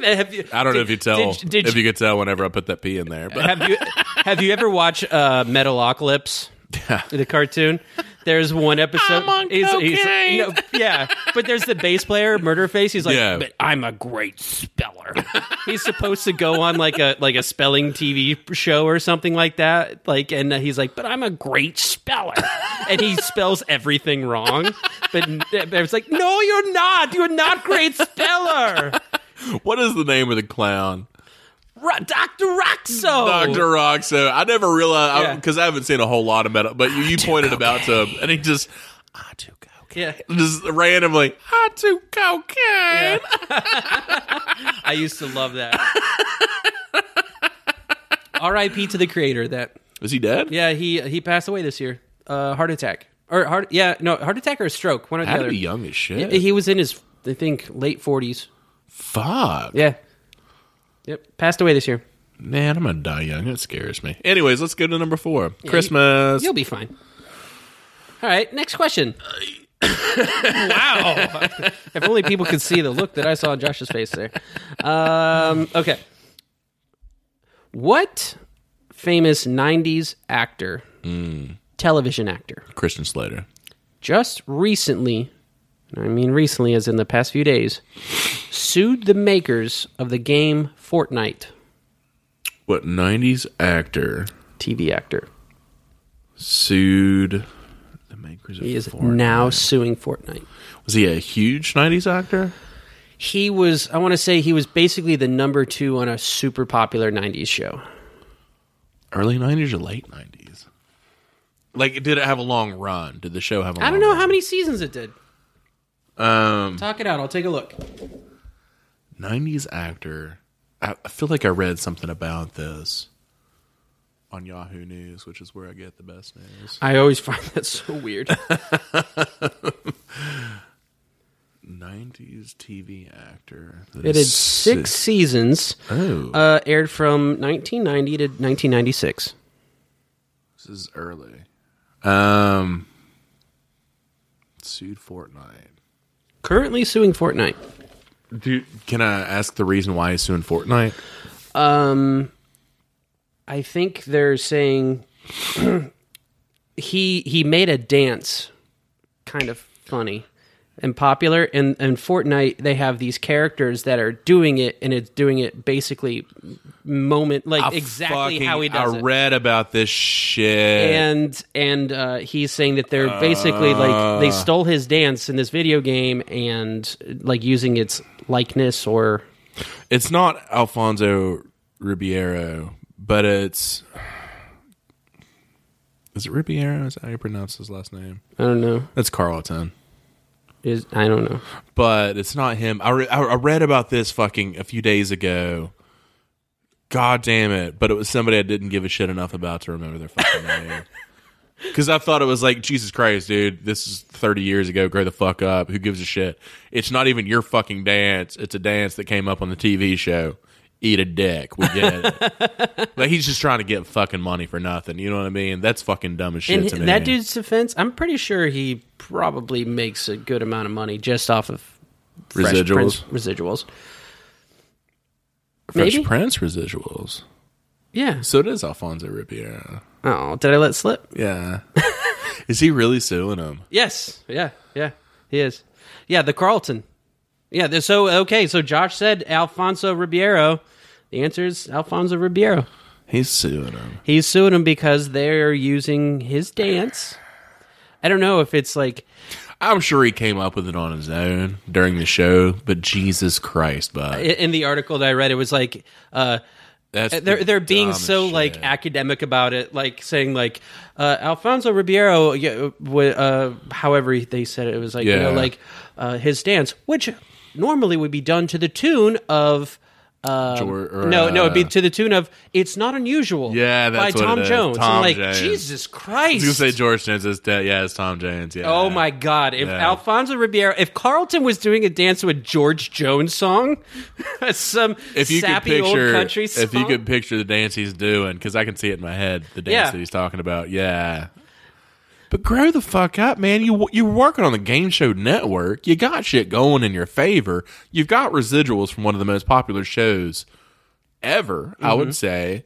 B: have you,
A: I don't know if you tell
B: Did, did
A: if you could tell whenever I put that P in there,
B: [laughs]
A: but
B: have you have you ever watched uh, Metalocalypse? The cartoon. There's one episode.
A: I'm on cocaine.
B: no, yeah, but there's the bass player, Murderface. He's like,
A: Yeah.
B: but I'm a great speller. [laughs] he's supposed to go on like a like a spelling TV show or something like that. Like, and uh, he's like, but I'm a great speller, and he spells everything wrong. But it's like, no, you're not. You're not great speller,
A: [laughs] what is the name of the clown?
B: Doctor Roxo.
A: Dr. Roxo. I never realized
B: Oh. Yeah.
A: because I, haven't seen a whole lot of metal, but you, you pointed about to him and he just I do cocaine.
B: Yeah.
A: Just randomly, I do cocaine.
B: I used to love that. R.I.P. to the creator. That
A: Is he dead?
B: yeah, he he passed away this year. Uh, heart attack or heart yeah no heart attack or a stroke. One or the
A: Had to
B: other.
A: be young as shit.
B: He was in his I think late forties.
A: Fuck.
B: Yeah. Yep. Passed away this year.
A: Man, I'm gonna die young. That scares me. Anyways, let's go to number four. Christmas.
B: You'll be fine. All right. Next question. wow. [laughs] if only people could see the look that I saw on Josh's face there. Um, okay. What famous 90s actor, Hmm. television actor,
A: Christian Slater.
B: just recently, and I mean recently as in the past few days, sued the makers of the game Fortnite?
A: What 90s actor
B: TV actor.
A: sued the makers of
B: He is
A: Fortnite?
B: now suing Fortnite.
A: Was he a huge 90s actor?
B: he was i want to say he was basically the number two on a super popular 90s show
A: Early 90s or late 90s? Like, did it have a long run? Did the show have a
B: i
A: long
B: don't know
A: run?
B: how many seasons it did
A: Um,
B: talk it out i'll take a look
A: 90s actor. I, I feel like I read something about this on Yahoo News, which is where I get the best news.
B: i always find that so [laughs] weird
A: 90s TV actor.
B: it had six seasons
A: Oh,
B: uh, aired from 1990 to 1996
A: this is early. Um, sued Fortnite.
B: currently suing fortnite
A: Dude, can I ask the reason why he's suing Fortnite?
B: um i think they're saying [clears throat] he he made a dance kind of funny and popular and and Fortnite they have these characters that are doing it and it's doing it basically moment like exactly how he does
A: I
B: it
A: read about this shit.
B: and and uh, he's saying that they're basically like they stole his dance in this video game and like using its likeness or
A: it's not Alfonso Ribeiro, but it's is it Ribeiro? Is that how you pronounce his last name?
B: I don't know
A: That's Carlton.
B: is I don't know
A: but it's not him. I, re- I I read about this fucking a few days ago. God damn it! But it was somebody I didn't give a shit enough about to remember their
B: [laughs]
A: fucking name. Because I thought it was like Jesus Christ, dude. This is thirty years ago. Grow the fuck up. Who gives a shit? It's not even your fucking dance. It's a dance that came up on the TV show. Eat a dick. We get it.
B: [laughs]
A: like he's just trying to get fucking money for nothing. You know what I mean? That's fucking dumb as shit
B: And
A: to
B: hi-
A: me.
B: that dude's defense, I'm pretty sure he probably makes a good amount of money just off of Fresh Prince
A: residuals,
B: residuals.
A: Fresh
B: maybe?
A: Prince residuals.
B: Yeah.
A: So does Alfonso Ribeiro.
B: Oh, did I let slip?
A: Yeah. [laughs] is he really suing him?
B: Yes. Yeah. Yeah. He is. Yeah. The Carlton. Yeah. th- So okay. So Josh said Alfonso Ribeiro. The answer is Alfonso Ribeiro.
A: He's suing him.
B: He's suing him because they're using his dance. I don't know if it's like
A: I'm sure he came up with it on his own during the show, but Jesus Christ,
B: i-
A: bud.
B: in the article that I read. It was like uh,
A: That's
B: they're they're being
A: dumbest
B: so
A: shit.
B: like academic about it, like saying like uh, Alfonso Ribeiro, yeah, w- uh, however they said it, it was like you know
A: Yeah.
B: like uh, his dance, which normally would be done to the tune of. Um,
A: Jor- or,
B: no, no, it'd be
A: uh,
B: to the tune of "It's Not Unusual."
A: Yeah, that's
B: by
A: what
B: Tom
A: it is.
B: Jones.
A: Tom
B: I'm like,
A: Jones.
B: Jesus
A: I
B: Christ!
A: was gonna say George Jones is dead. Yeah, it's Tom Jones. Yeah.
B: Oh my God! If
A: Yeah.
B: Alfonso Ribeiro, if Carlton was doing a dance to a George Jones song, [laughs] some
A: If you could
B: sappy
A: picture,
B: old country song,
A: if you could picture the dance he's doing, because I can see it in my head, the dance
B: Yeah.
A: that he's talking about. Yeah. But grow the fuck up, man. You you're working on the game show network. You got shit going in your favor. You've got residuals from one of the most popular shows ever. I
B: Mm-hmm.
A: would say.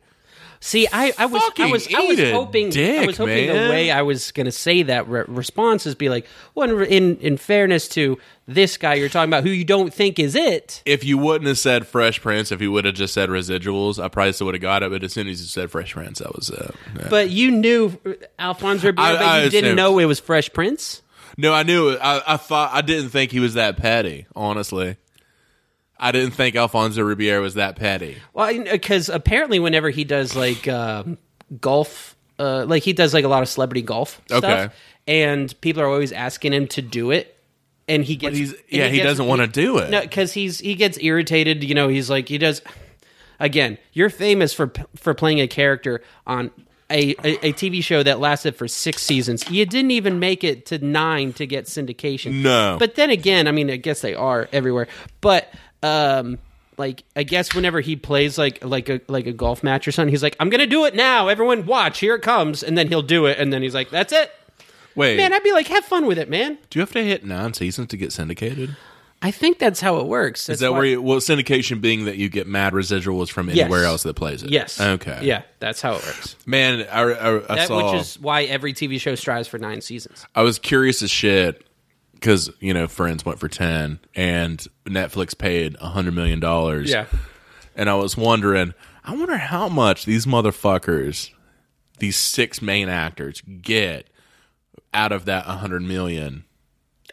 B: see, I, I was, I
A: Fucking
B: was, I was
A: eat a
B: hoping, I
A: dick,
B: was hoping
A: man.
B: the way I was going to say that re- response is be like, well, in in fairness to this guy you're talking about, who you don't think is it,
A: If you wouldn't have said Fresh Prince, if you would have just said residuals, I probably still would have got it. But as soon as you said Fresh Prince, that was it. Yeah.
B: but you knew uh, Alfonso Ribeiro,
A: I-
B: but
A: I
B: you didn't
A: assumed.
B: know it was Fresh Prince.
A: No, I knew. it. I, I thought I didn't think he was that petty. Honestly, I didn't think Alfonso Ribeiro was that petty.
B: Well, because apparently, whenever he does like uh, golf, uh, like he does like a lot of celebrity golf stuff,
A: Okay.
B: and people are always asking him to do it, and he gets
A: He's
B: and
A: yeah, he,
B: gets-
A: doesn't want to do it.
B: no because he's he gets irritated. You know, he's like he does. Again, you're famous for for playing a character on. A, a, a TV show that lasted for six seasons. You didn't even make it to nine to get syndication.
A: No.
B: But then again, I mean, I guess they are everywhere. But um, like, I guess whenever he plays like like a like a golf match or something, he's like, "I'm gonna do it now. Everyone, watch. Here it comes." And then he'll do it, and then he's like, "That's it."
A: Wait,
B: Man, I'd be like, "Have fun with it, man."
A: do you have to hit nine seasons to get syndicated?
B: I think that's how it works.
A: Is that where? You, well, syndication being that you get mad residuals from anywhere else that plays it.
B: Yes.
A: Okay.
B: Yeah, that's how it works.
A: Man, I, I, I
B: That
A: saw.
B: which is why every TV show strives for nine seasons.
A: I was curious as shit because you know Friends went for ten, and Netflix paid hundred million dollars. and I was wondering, I wonder how much these motherfuckers, these six main actors, get out of that 100 million.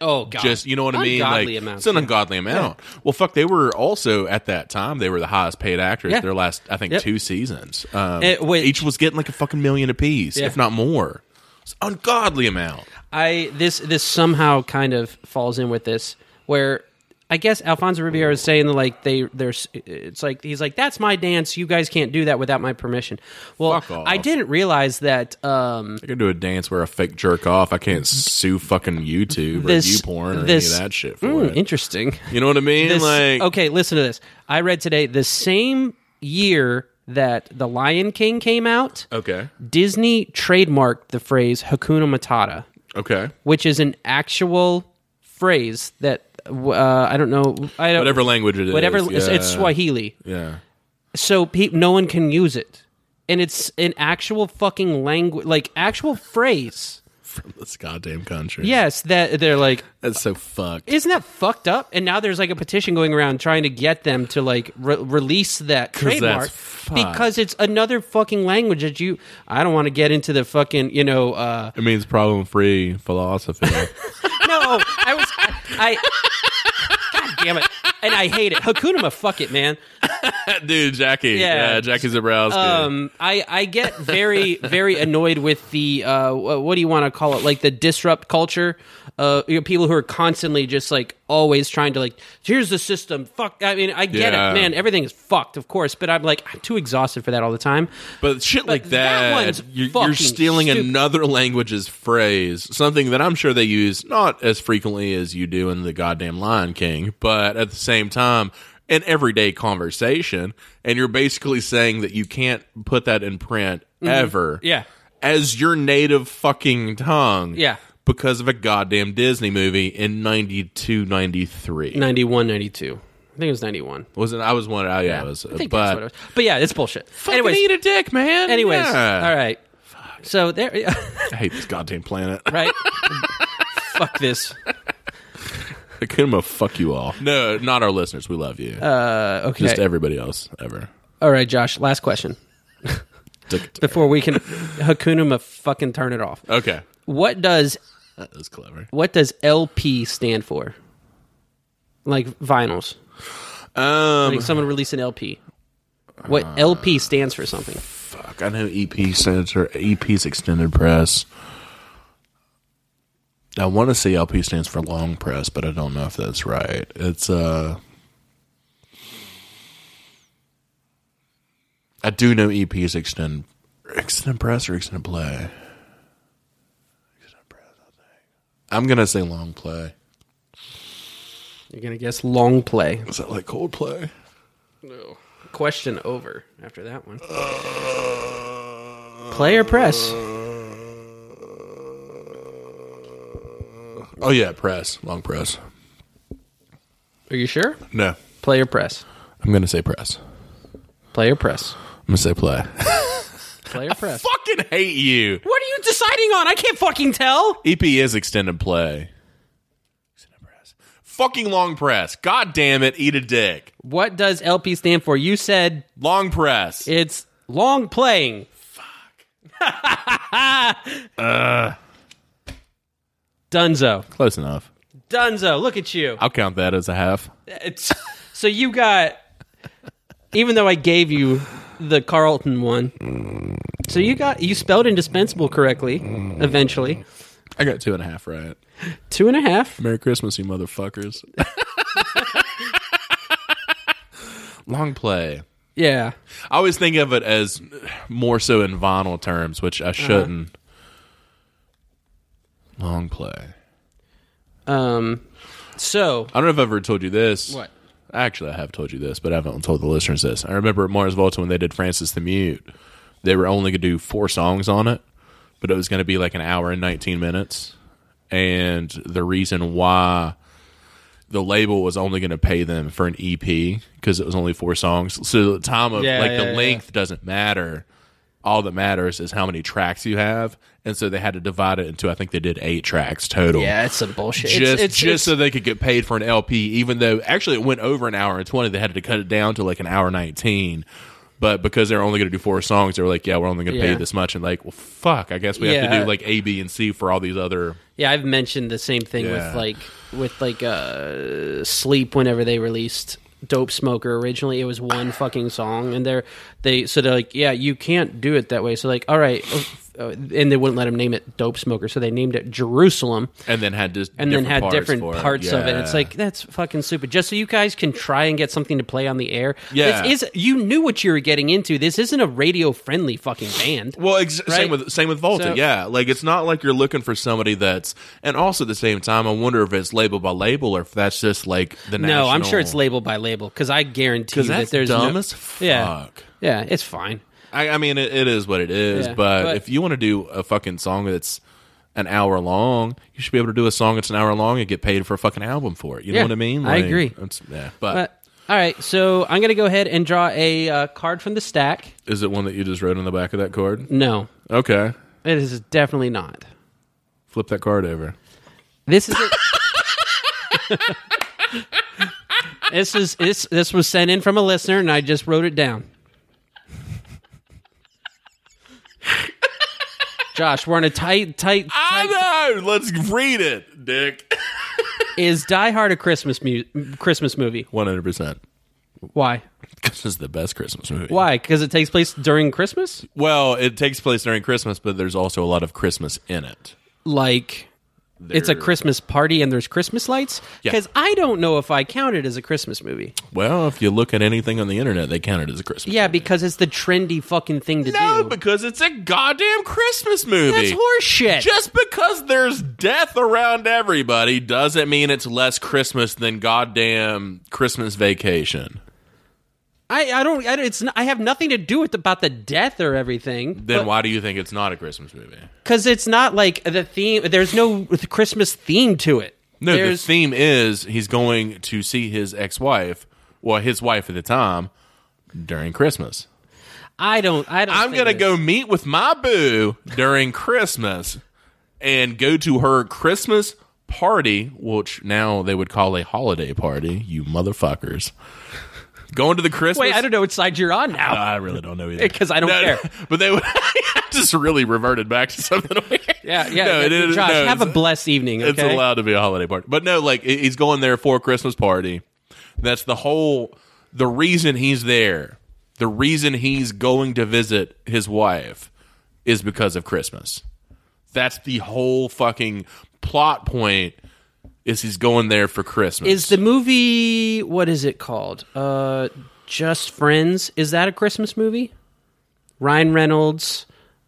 B: Oh god.
A: Just you know what I mean?
B: Ungodly
A: like
B: amounts,
A: it's an ungodly amount. Well, fuck, they were also at that time they were the highest paid actors
B: Yeah.
A: their last I think
B: Yep.
A: two seasons. Um,
B: Eh, wait.
A: each was getting like a fucking million apiece, if not more. It's an ungodly amount.
B: I this this somehow kind of falls in with this where I guess Alfonso Ribeiro is saying that like they there's it's like he's like that's my dance you guys can't do that without my permission. Well,
A: Fuck off.
B: I didn't realize that um
A: I can do a dance where I fake jerk off. I can't sue fucking YouTube
B: This-
A: or YouPorn or
B: this-
A: any of that shit for
B: mm,
A: it.
B: interesting.
A: you know what I mean?
B: This-
A: like
B: okay, listen to this. I read today the same year that The Lion King came out,
A: okay,
B: Disney trademarked the phrase Hakuna Matata.
A: okay.
B: which is an actual phrase that uh, I don't know. I don't,
A: whatever language it is.
B: whatever it's,
A: yeah.
B: it's Swahili,
A: Yeah.
B: so pe- no one can use it, and it's an actual fucking language, like actual phrase.
A: From this goddamn country.
B: Yes, that they're like,
A: That's so fucked.
B: isn't that fucked up? And now there's like a petition going around trying to get them to like re- release that
A: that's
B: trademark
A: fucked.
B: because it's another fucking language that you. I don't want to get into the fucking you know. uh
A: it means problem free philosophy.
B: No, I was. I. I- God damn it! And I hate it. Hakunama, fuck it, man.
A: [laughs] Dude, Jackie.
B: Yeah.
A: Yeah, Jackie Zabrowski.
B: Um, I I get very very annoyed with the uh, wh- what do you want to call it? Like the disrupt culture. Uh, you know, people who are constantly just like always trying to like, here's the system. Fuck. I mean, I get
A: Yeah.
B: it, man. Everything is fucked, of course. But I'm like, I'm too exhausted for that all the time.
A: but shit like
B: that
A: that,
B: one's
A: you're,
B: fucking
A: you're stealing
B: stupid.
A: another language's phrase, something that I'm sure they use not as frequently as you do in the goddamn Lion King, but at the same time, in everyday conversation. And you're basically saying that you can't put that in print ever.
B: Mm-hmm. Yeah.
A: as your native fucking tongue.
B: Yeah.
A: Because of a goddamn Disney movie in 92, 93.
B: 91, 92. I think it was 91.
A: Wasn't I was one? Oh, yeah, I was.
B: I think that's
A: but
B: what it was. But yeah, it's bullshit.
A: fucking eat a dick, man.
B: Anyways,
A: Yeah.
B: all right. So there, [laughs]
A: I hate this goddamn planet.
B: right? Fuck this.
A: I'm gonna fuck you all. No, not our listeners. We love you.
B: Uh, okay.
A: Just everybody else ever.
B: All right, Josh. Last question before we [laughs] can Hakunuma fucking turn it off.
A: Okay,
B: What does
A: that was clever.
B: what does LP stand for? Like vinyls.
A: Um,
B: Like someone release an LP. What LP stands for something?
A: fuck. I know E EP stands for EP's E extended press. I want to say LP stands for long press, but I don't know if that's right. It's uh. I do know EP's extend extended press or extended play. Extended press, I think. I'm gonna say long play.
B: You're gonna guess long play.
A: Is that like Coldplay?
B: Question over after that one.
A: Uh,
B: Play or press?
A: Oh yeah, press, long press.
B: Are you sure?
A: No,
B: Play or press?
A: I'm gonna say press.
B: Play or press?
A: I'm gonna say play.
B: Play or
A: [laughs]
B: press?
A: Fucking hate you.
B: What are you deciding on? I can't fucking tell.
A: EP is extended play. Extended press. Fucking long press. God damn it. Eat a dick.
B: What does LP stand for? You said
A: Long press.
B: it's long playing. Fuck. [laughs] uh. Dunzo.
A: Close enough.
B: Dunzo, look at you.
A: I'll count that as a half.
B: It's, so you got, even though I gave you the Carlton one, so you got you spelled indispensable correctly. Eventually,
A: I got two and a half right.
B: two and a half.
A: Merry Christmas, you [laughs] motherfuckers. long play.
B: Yeah,
A: I always think of it as more so in vinyl terms, which I shouldn't. Long play.
B: Um, so
A: I don't know if I've ever told you this.
B: What?
A: Actually, I have told you this, but I haven't told the listeners this. I remember at Mars Volta when they did Francis the Mute, they were only going to do four songs on it, but it was going to be like an hour and 19 minutes. And the reason why the label was only going to pay them for an EP because it was only four songs. So the time of
B: Yeah,
A: like
B: yeah,
A: the
B: yeah.
A: length doesn't matter. All that matters is how many tracks you have. And so they had to divide it into, I think they did eight tracks total
B: yeah, it's some bullshit. It's-
A: just
B: it's-
A: just
B: it's-
A: so they could get paid for an LP. Even though actually it went over an hour and twenty, they had to cut it down to like an hour nineteen. But because they're only going to do four songs, they were like, "Yeah, we're only going to pay
B: Yeah.
A: you this much." And like, well, fuck, I guess we have to
B: Yeah.
A: do like A, B, and C for all these other.
B: yeah. I've mentioned the same thing with
A: Yeah.
B: like with like uh sleep whenever they released dope smoker originally it was one fucking song and they're they so they're like yeah you can't do it that way so like all right uh, and they wouldn't let him name it dope smoker so they named it jerusalem
A: And then had just
B: and then had different
A: for
B: parts of it. It's
A: Yeah.
B: like that's fucking stupid. Just so you guys can try and get something to play on the air.
A: Yeah.
B: this is you knew what you were getting into. This isn't a radio friendly fucking band.
A: Well, ex-
B: Right?
A: same with same with Volta,
B: So-
A: yeah. Like it's not like you're looking for somebody that's, and also at the same time, I wonder if it's label by label or if that's just like the
B: No, I'm sure
A: national-
B: it's label by label because I guarantee you
A: 'Cause
B: that
A: that's
B: there's
A: dumb
B: no,
A: as fuck.
B: Yeah, yeah, it's fine.
A: I, I mean, it, it is what it is.
B: Yeah,
A: but,
B: but-
A: if you want to do a fucking song that's an hour long, you should be able to do a song that's an hour long and get paid for a fucking album for it. You
B: Yeah,
A: know what I mean?
B: I agree.
A: It's, yeah, but,
B: But Uh, all right, so I'm gonna go ahead and draw a uh, card from the stack.
A: is it one that you just wrote on the back of that card?
B: No,
A: Okay,
B: it is definitely not.
A: flip that card over.
B: This is. A- [laughs] This is this this was sent in from a listener and I just wrote it down. Josh, we're in a tight tight
A: I know. Let's read it,
B: [laughs]
A: Dick.
B: is Die Hard a Christmas mu- Christmas movie.
A: One hundred percent.
B: Why?
A: This is the best Christmas movie.
B: Why? Cuz it takes place during Christmas?
A: Well, it takes place during Christmas, but there's also a lot of Christmas in it.
B: Like it's a
A: There-
B: Christmas party and there's Christmas lights?
A: Yeah.
B: Cuz I don't know if I count it as a Christmas movie.
A: Well, if you look at anything on the internet, they count it as a Christmas.
B: Yeah, because it's the trendy fucking thing to
A: No,
B: do.
A: because it's a goddamn Christmas movie.
B: That's horseshit.
A: Just because there's death around everybody doesn't mean it's less Christmas than goddamn Christmas vacation.
B: I, I don't. I, don't- it's. n- I have nothing to do with about the death or everything.
A: Then why do you think it's not a Christmas movie?
B: Because it's not like the theme. There's no Christmas theme to it.
A: No,
B: there's
A: the theme is he's going to see his ex-wife, well, his wife at the time, during Christmas.
B: I don't. I don't.
A: I'm
B: think
A: gonna
B: it is.
A: go meet with my boo during Christmas and go to her Christmas party, which now they would call a holiday party, you motherfuckers. Going to the Christmas.
B: Wait, I don't know which side you're on
A: No,
B: now.
A: I really don't know either
B: [laughs] 'Cause I don't care.
A: But they would [laughs] just really reverted back to something weird.
B: Yeah, yeah.
A: No, it is.
B: Josh,
A: no,
B: have a
A: it's-
B: blessed evening.
A: it's
B: Okay?
A: allowed to be a holiday party. But no, like he- he's going there for a Christmas party. That's the whole the reason he's there. The reason he's going to visit his wife is because of Christmas. That's the whole fucking plot point is he's going there for Christmas.
B: Is the movie what is it called? Uh, Just Friends. Is that a Christmas movie? Ryan Reynolds.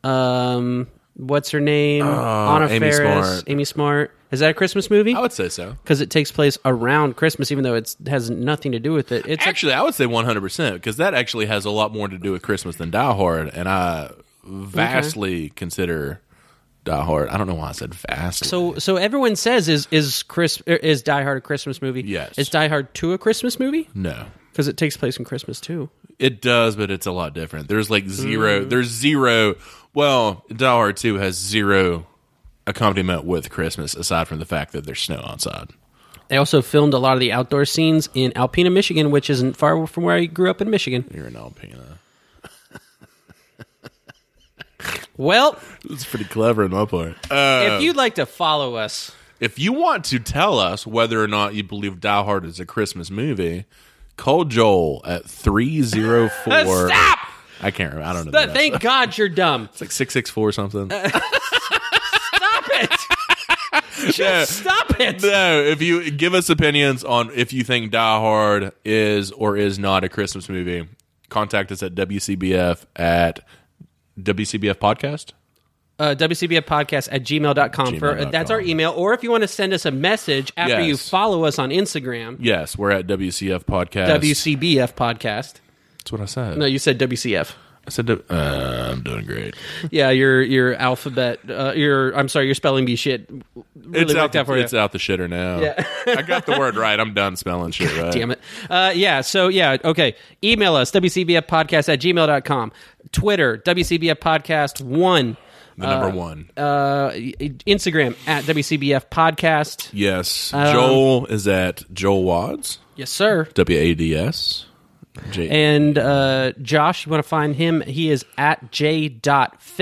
B: Um, what's her name? Anna
A: Oh, Amy
B: Faris.
A: Smart.
B: Amy Smart. Is that a Christmas movie?
A: I would say so.
B: Because it takes place around Christmas, even though it has nothing to do with it. It's
A: Actually, I would say 100% because that actually has a lot more to do with Christmas than Die Hard and I vastly consider Die Hard. I don't know why I said vastly.
B: so so. Everyone says is is Chris er, is Die Hard a Christmas movie?
A: Yes.
B: Is Die Hard two a Christmas movie?
A: no.
B: Because it takes place in Christmas too.
A: It does, but it's a lot different. There's like zero. There's zero. Well, Die Hard Two has zero accompaniment with Christmas, aside from the fact that there's snow outside.
B: They also filmed a lot of the outdoor scenes in Alpena, Michigan, which isn't far from where I grew up in Michigan.
A: You're an Alpina.
B: Well,
A: It's pretty clever on my part. Um,
B: if you'd like to follow us,
A: Uh, if you want to tell us whether or not you believe Die Hard is a Christmas movie, call Joel at three zero [laughs] four.
B: Stop!
A: I can't remember. I don't know.
B: th-
A: the rest.
B: [laughs] thank God you're dumb.
A: It's like six six four something.
B: Stop it!
A: [laughs]
B: Just stop it!
A: No, if you give us opinions on if you think Die Hard is or is not a Christmas movie, contact us at WCBF at WCBF podcast.
B: Uh, WCBF podcast at gmail.com. For, uh,
A: Gmail.com.
B: that's our email. Or if you want to send us a message after
A: Yes.
B: you follow us on Instagram,
A: Yes, we're at WCF podcast.
B: WCBF podcast.
A: That's what I said.
B: No, you said WCF.
A: I said W- uh, I'm doing great.
B: Yeah, your your alphabet, uh, your I'm sorry, your spelling bee shit really
A: it's out
B: worked
A: the,
B: out for you.
A: it's out the shitter now.
B: Yeah.
A: I got the word right. I'm done spelling shit
B: [laughs]
A: right.
B: Damn it. Uh, yeah, so yeah, okay. Email us, WCBFpodcast at gmail.com. Twitter, WCBF Podcast 1.
A: The number one.
B: Uh, Instagram, at WCBF Podcast.
A: yes.
B: um,
A: Joel is at Joel Wads.
B: Yes, sir.
A: W A D S. J-
B: And uh, Josh, you want to find him? He is at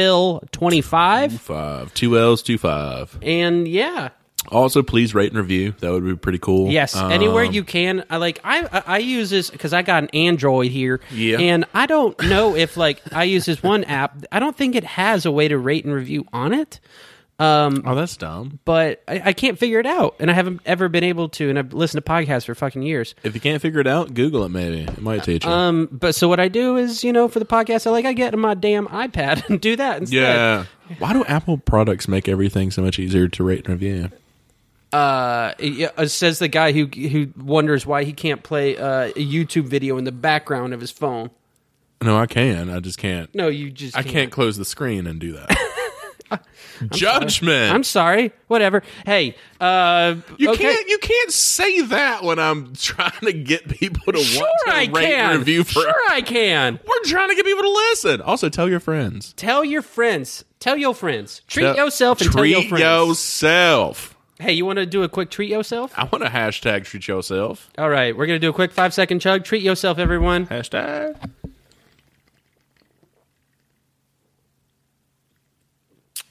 B: j.phil25.
A: five. Two L's, two five.
B: And yeah,
A: Also, please rate and review. That would be pretty cool.
B: Yes,
A: Um,
B: anywhere you can. I like I I- I use this because I got an Android here,
A: Yeah.
B: and I don't know if like I use this one app. I don't think it has a way to rate and review on it,
A: Oh, that's dumb.
B: but I, I can't figure it out, and I haven't ever been able to. And I've listened to podcasts for fucking years.
A: If you can't figure it out, Google it. Maybe it might teach you.
B: Um, but so what I do is, you know, for the podcast, I like I get on my damn iPad [laughs] and do that instead.
A: yeah. Why do Apple products make everything so much easier to rate and review?
B: Uh, yeah, uh, says the guy who who wonders why he can't play uh, a YouTube video in the background of his phone.
A: No, I can. I just can't.
B: No, you just
A: I can't close the screen and do
B: [laughs]
A: that. Judgment.
B: I'm sorry. Whatever. Hey, uh,
A: you
B: okay.
A: can't. You can't say that when I'm trying to get people to
B: Sure,
A: want to
B: I
A: rate and
B: can.
A: review. For
B: sure, I can.
A: we're trying to get people to listen. Also, tell your friends.
B: Tell your friends. Tell your friends. Treat
A: Tell-
B: yourself and tell
A: treat
B: your friends.
A: yourself.
B: hey, you want to do a quick treat yourself?
A: I want to hashtag treat yourself.
B: All right, we're gonna do a quick five second chug. Treat yourself, everyone.
A: Hashtag.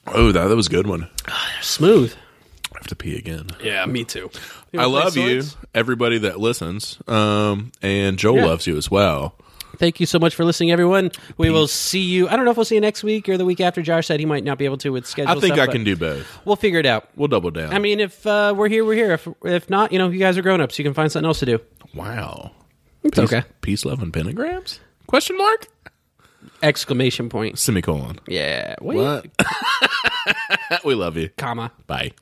A: Oh, that, that was a good one.
B: Smooth.
A: I have to pee again.
B: Yeah, me too.
A: I love you, everybody that listens. Um, and Joel
B: Yeah.
A: loves you as well.
B: Thank you so much for listening, everyone. We will see you. I don't know if we'll see you next week or the week after. Josh said he might not be able to with schedule.
A: I think
B: stuff,
A: I can
B: but
A: do both.
B: We'll figure it out.
A: We'll double down.
B: I mean, if uh, we're here, we're here. If if not, you know, you guys are grown ups. You can find something else to do.
A: wow.
B: It's
A: peace,
B: okay.
A: Peace, love, and pentagrams? Question mark?
B: Exclamation point.
A: Semicolon.
B: [laughs] Yeah. Wait.
A: What? [laughs] we love you.
B: Comma.
A: Bye.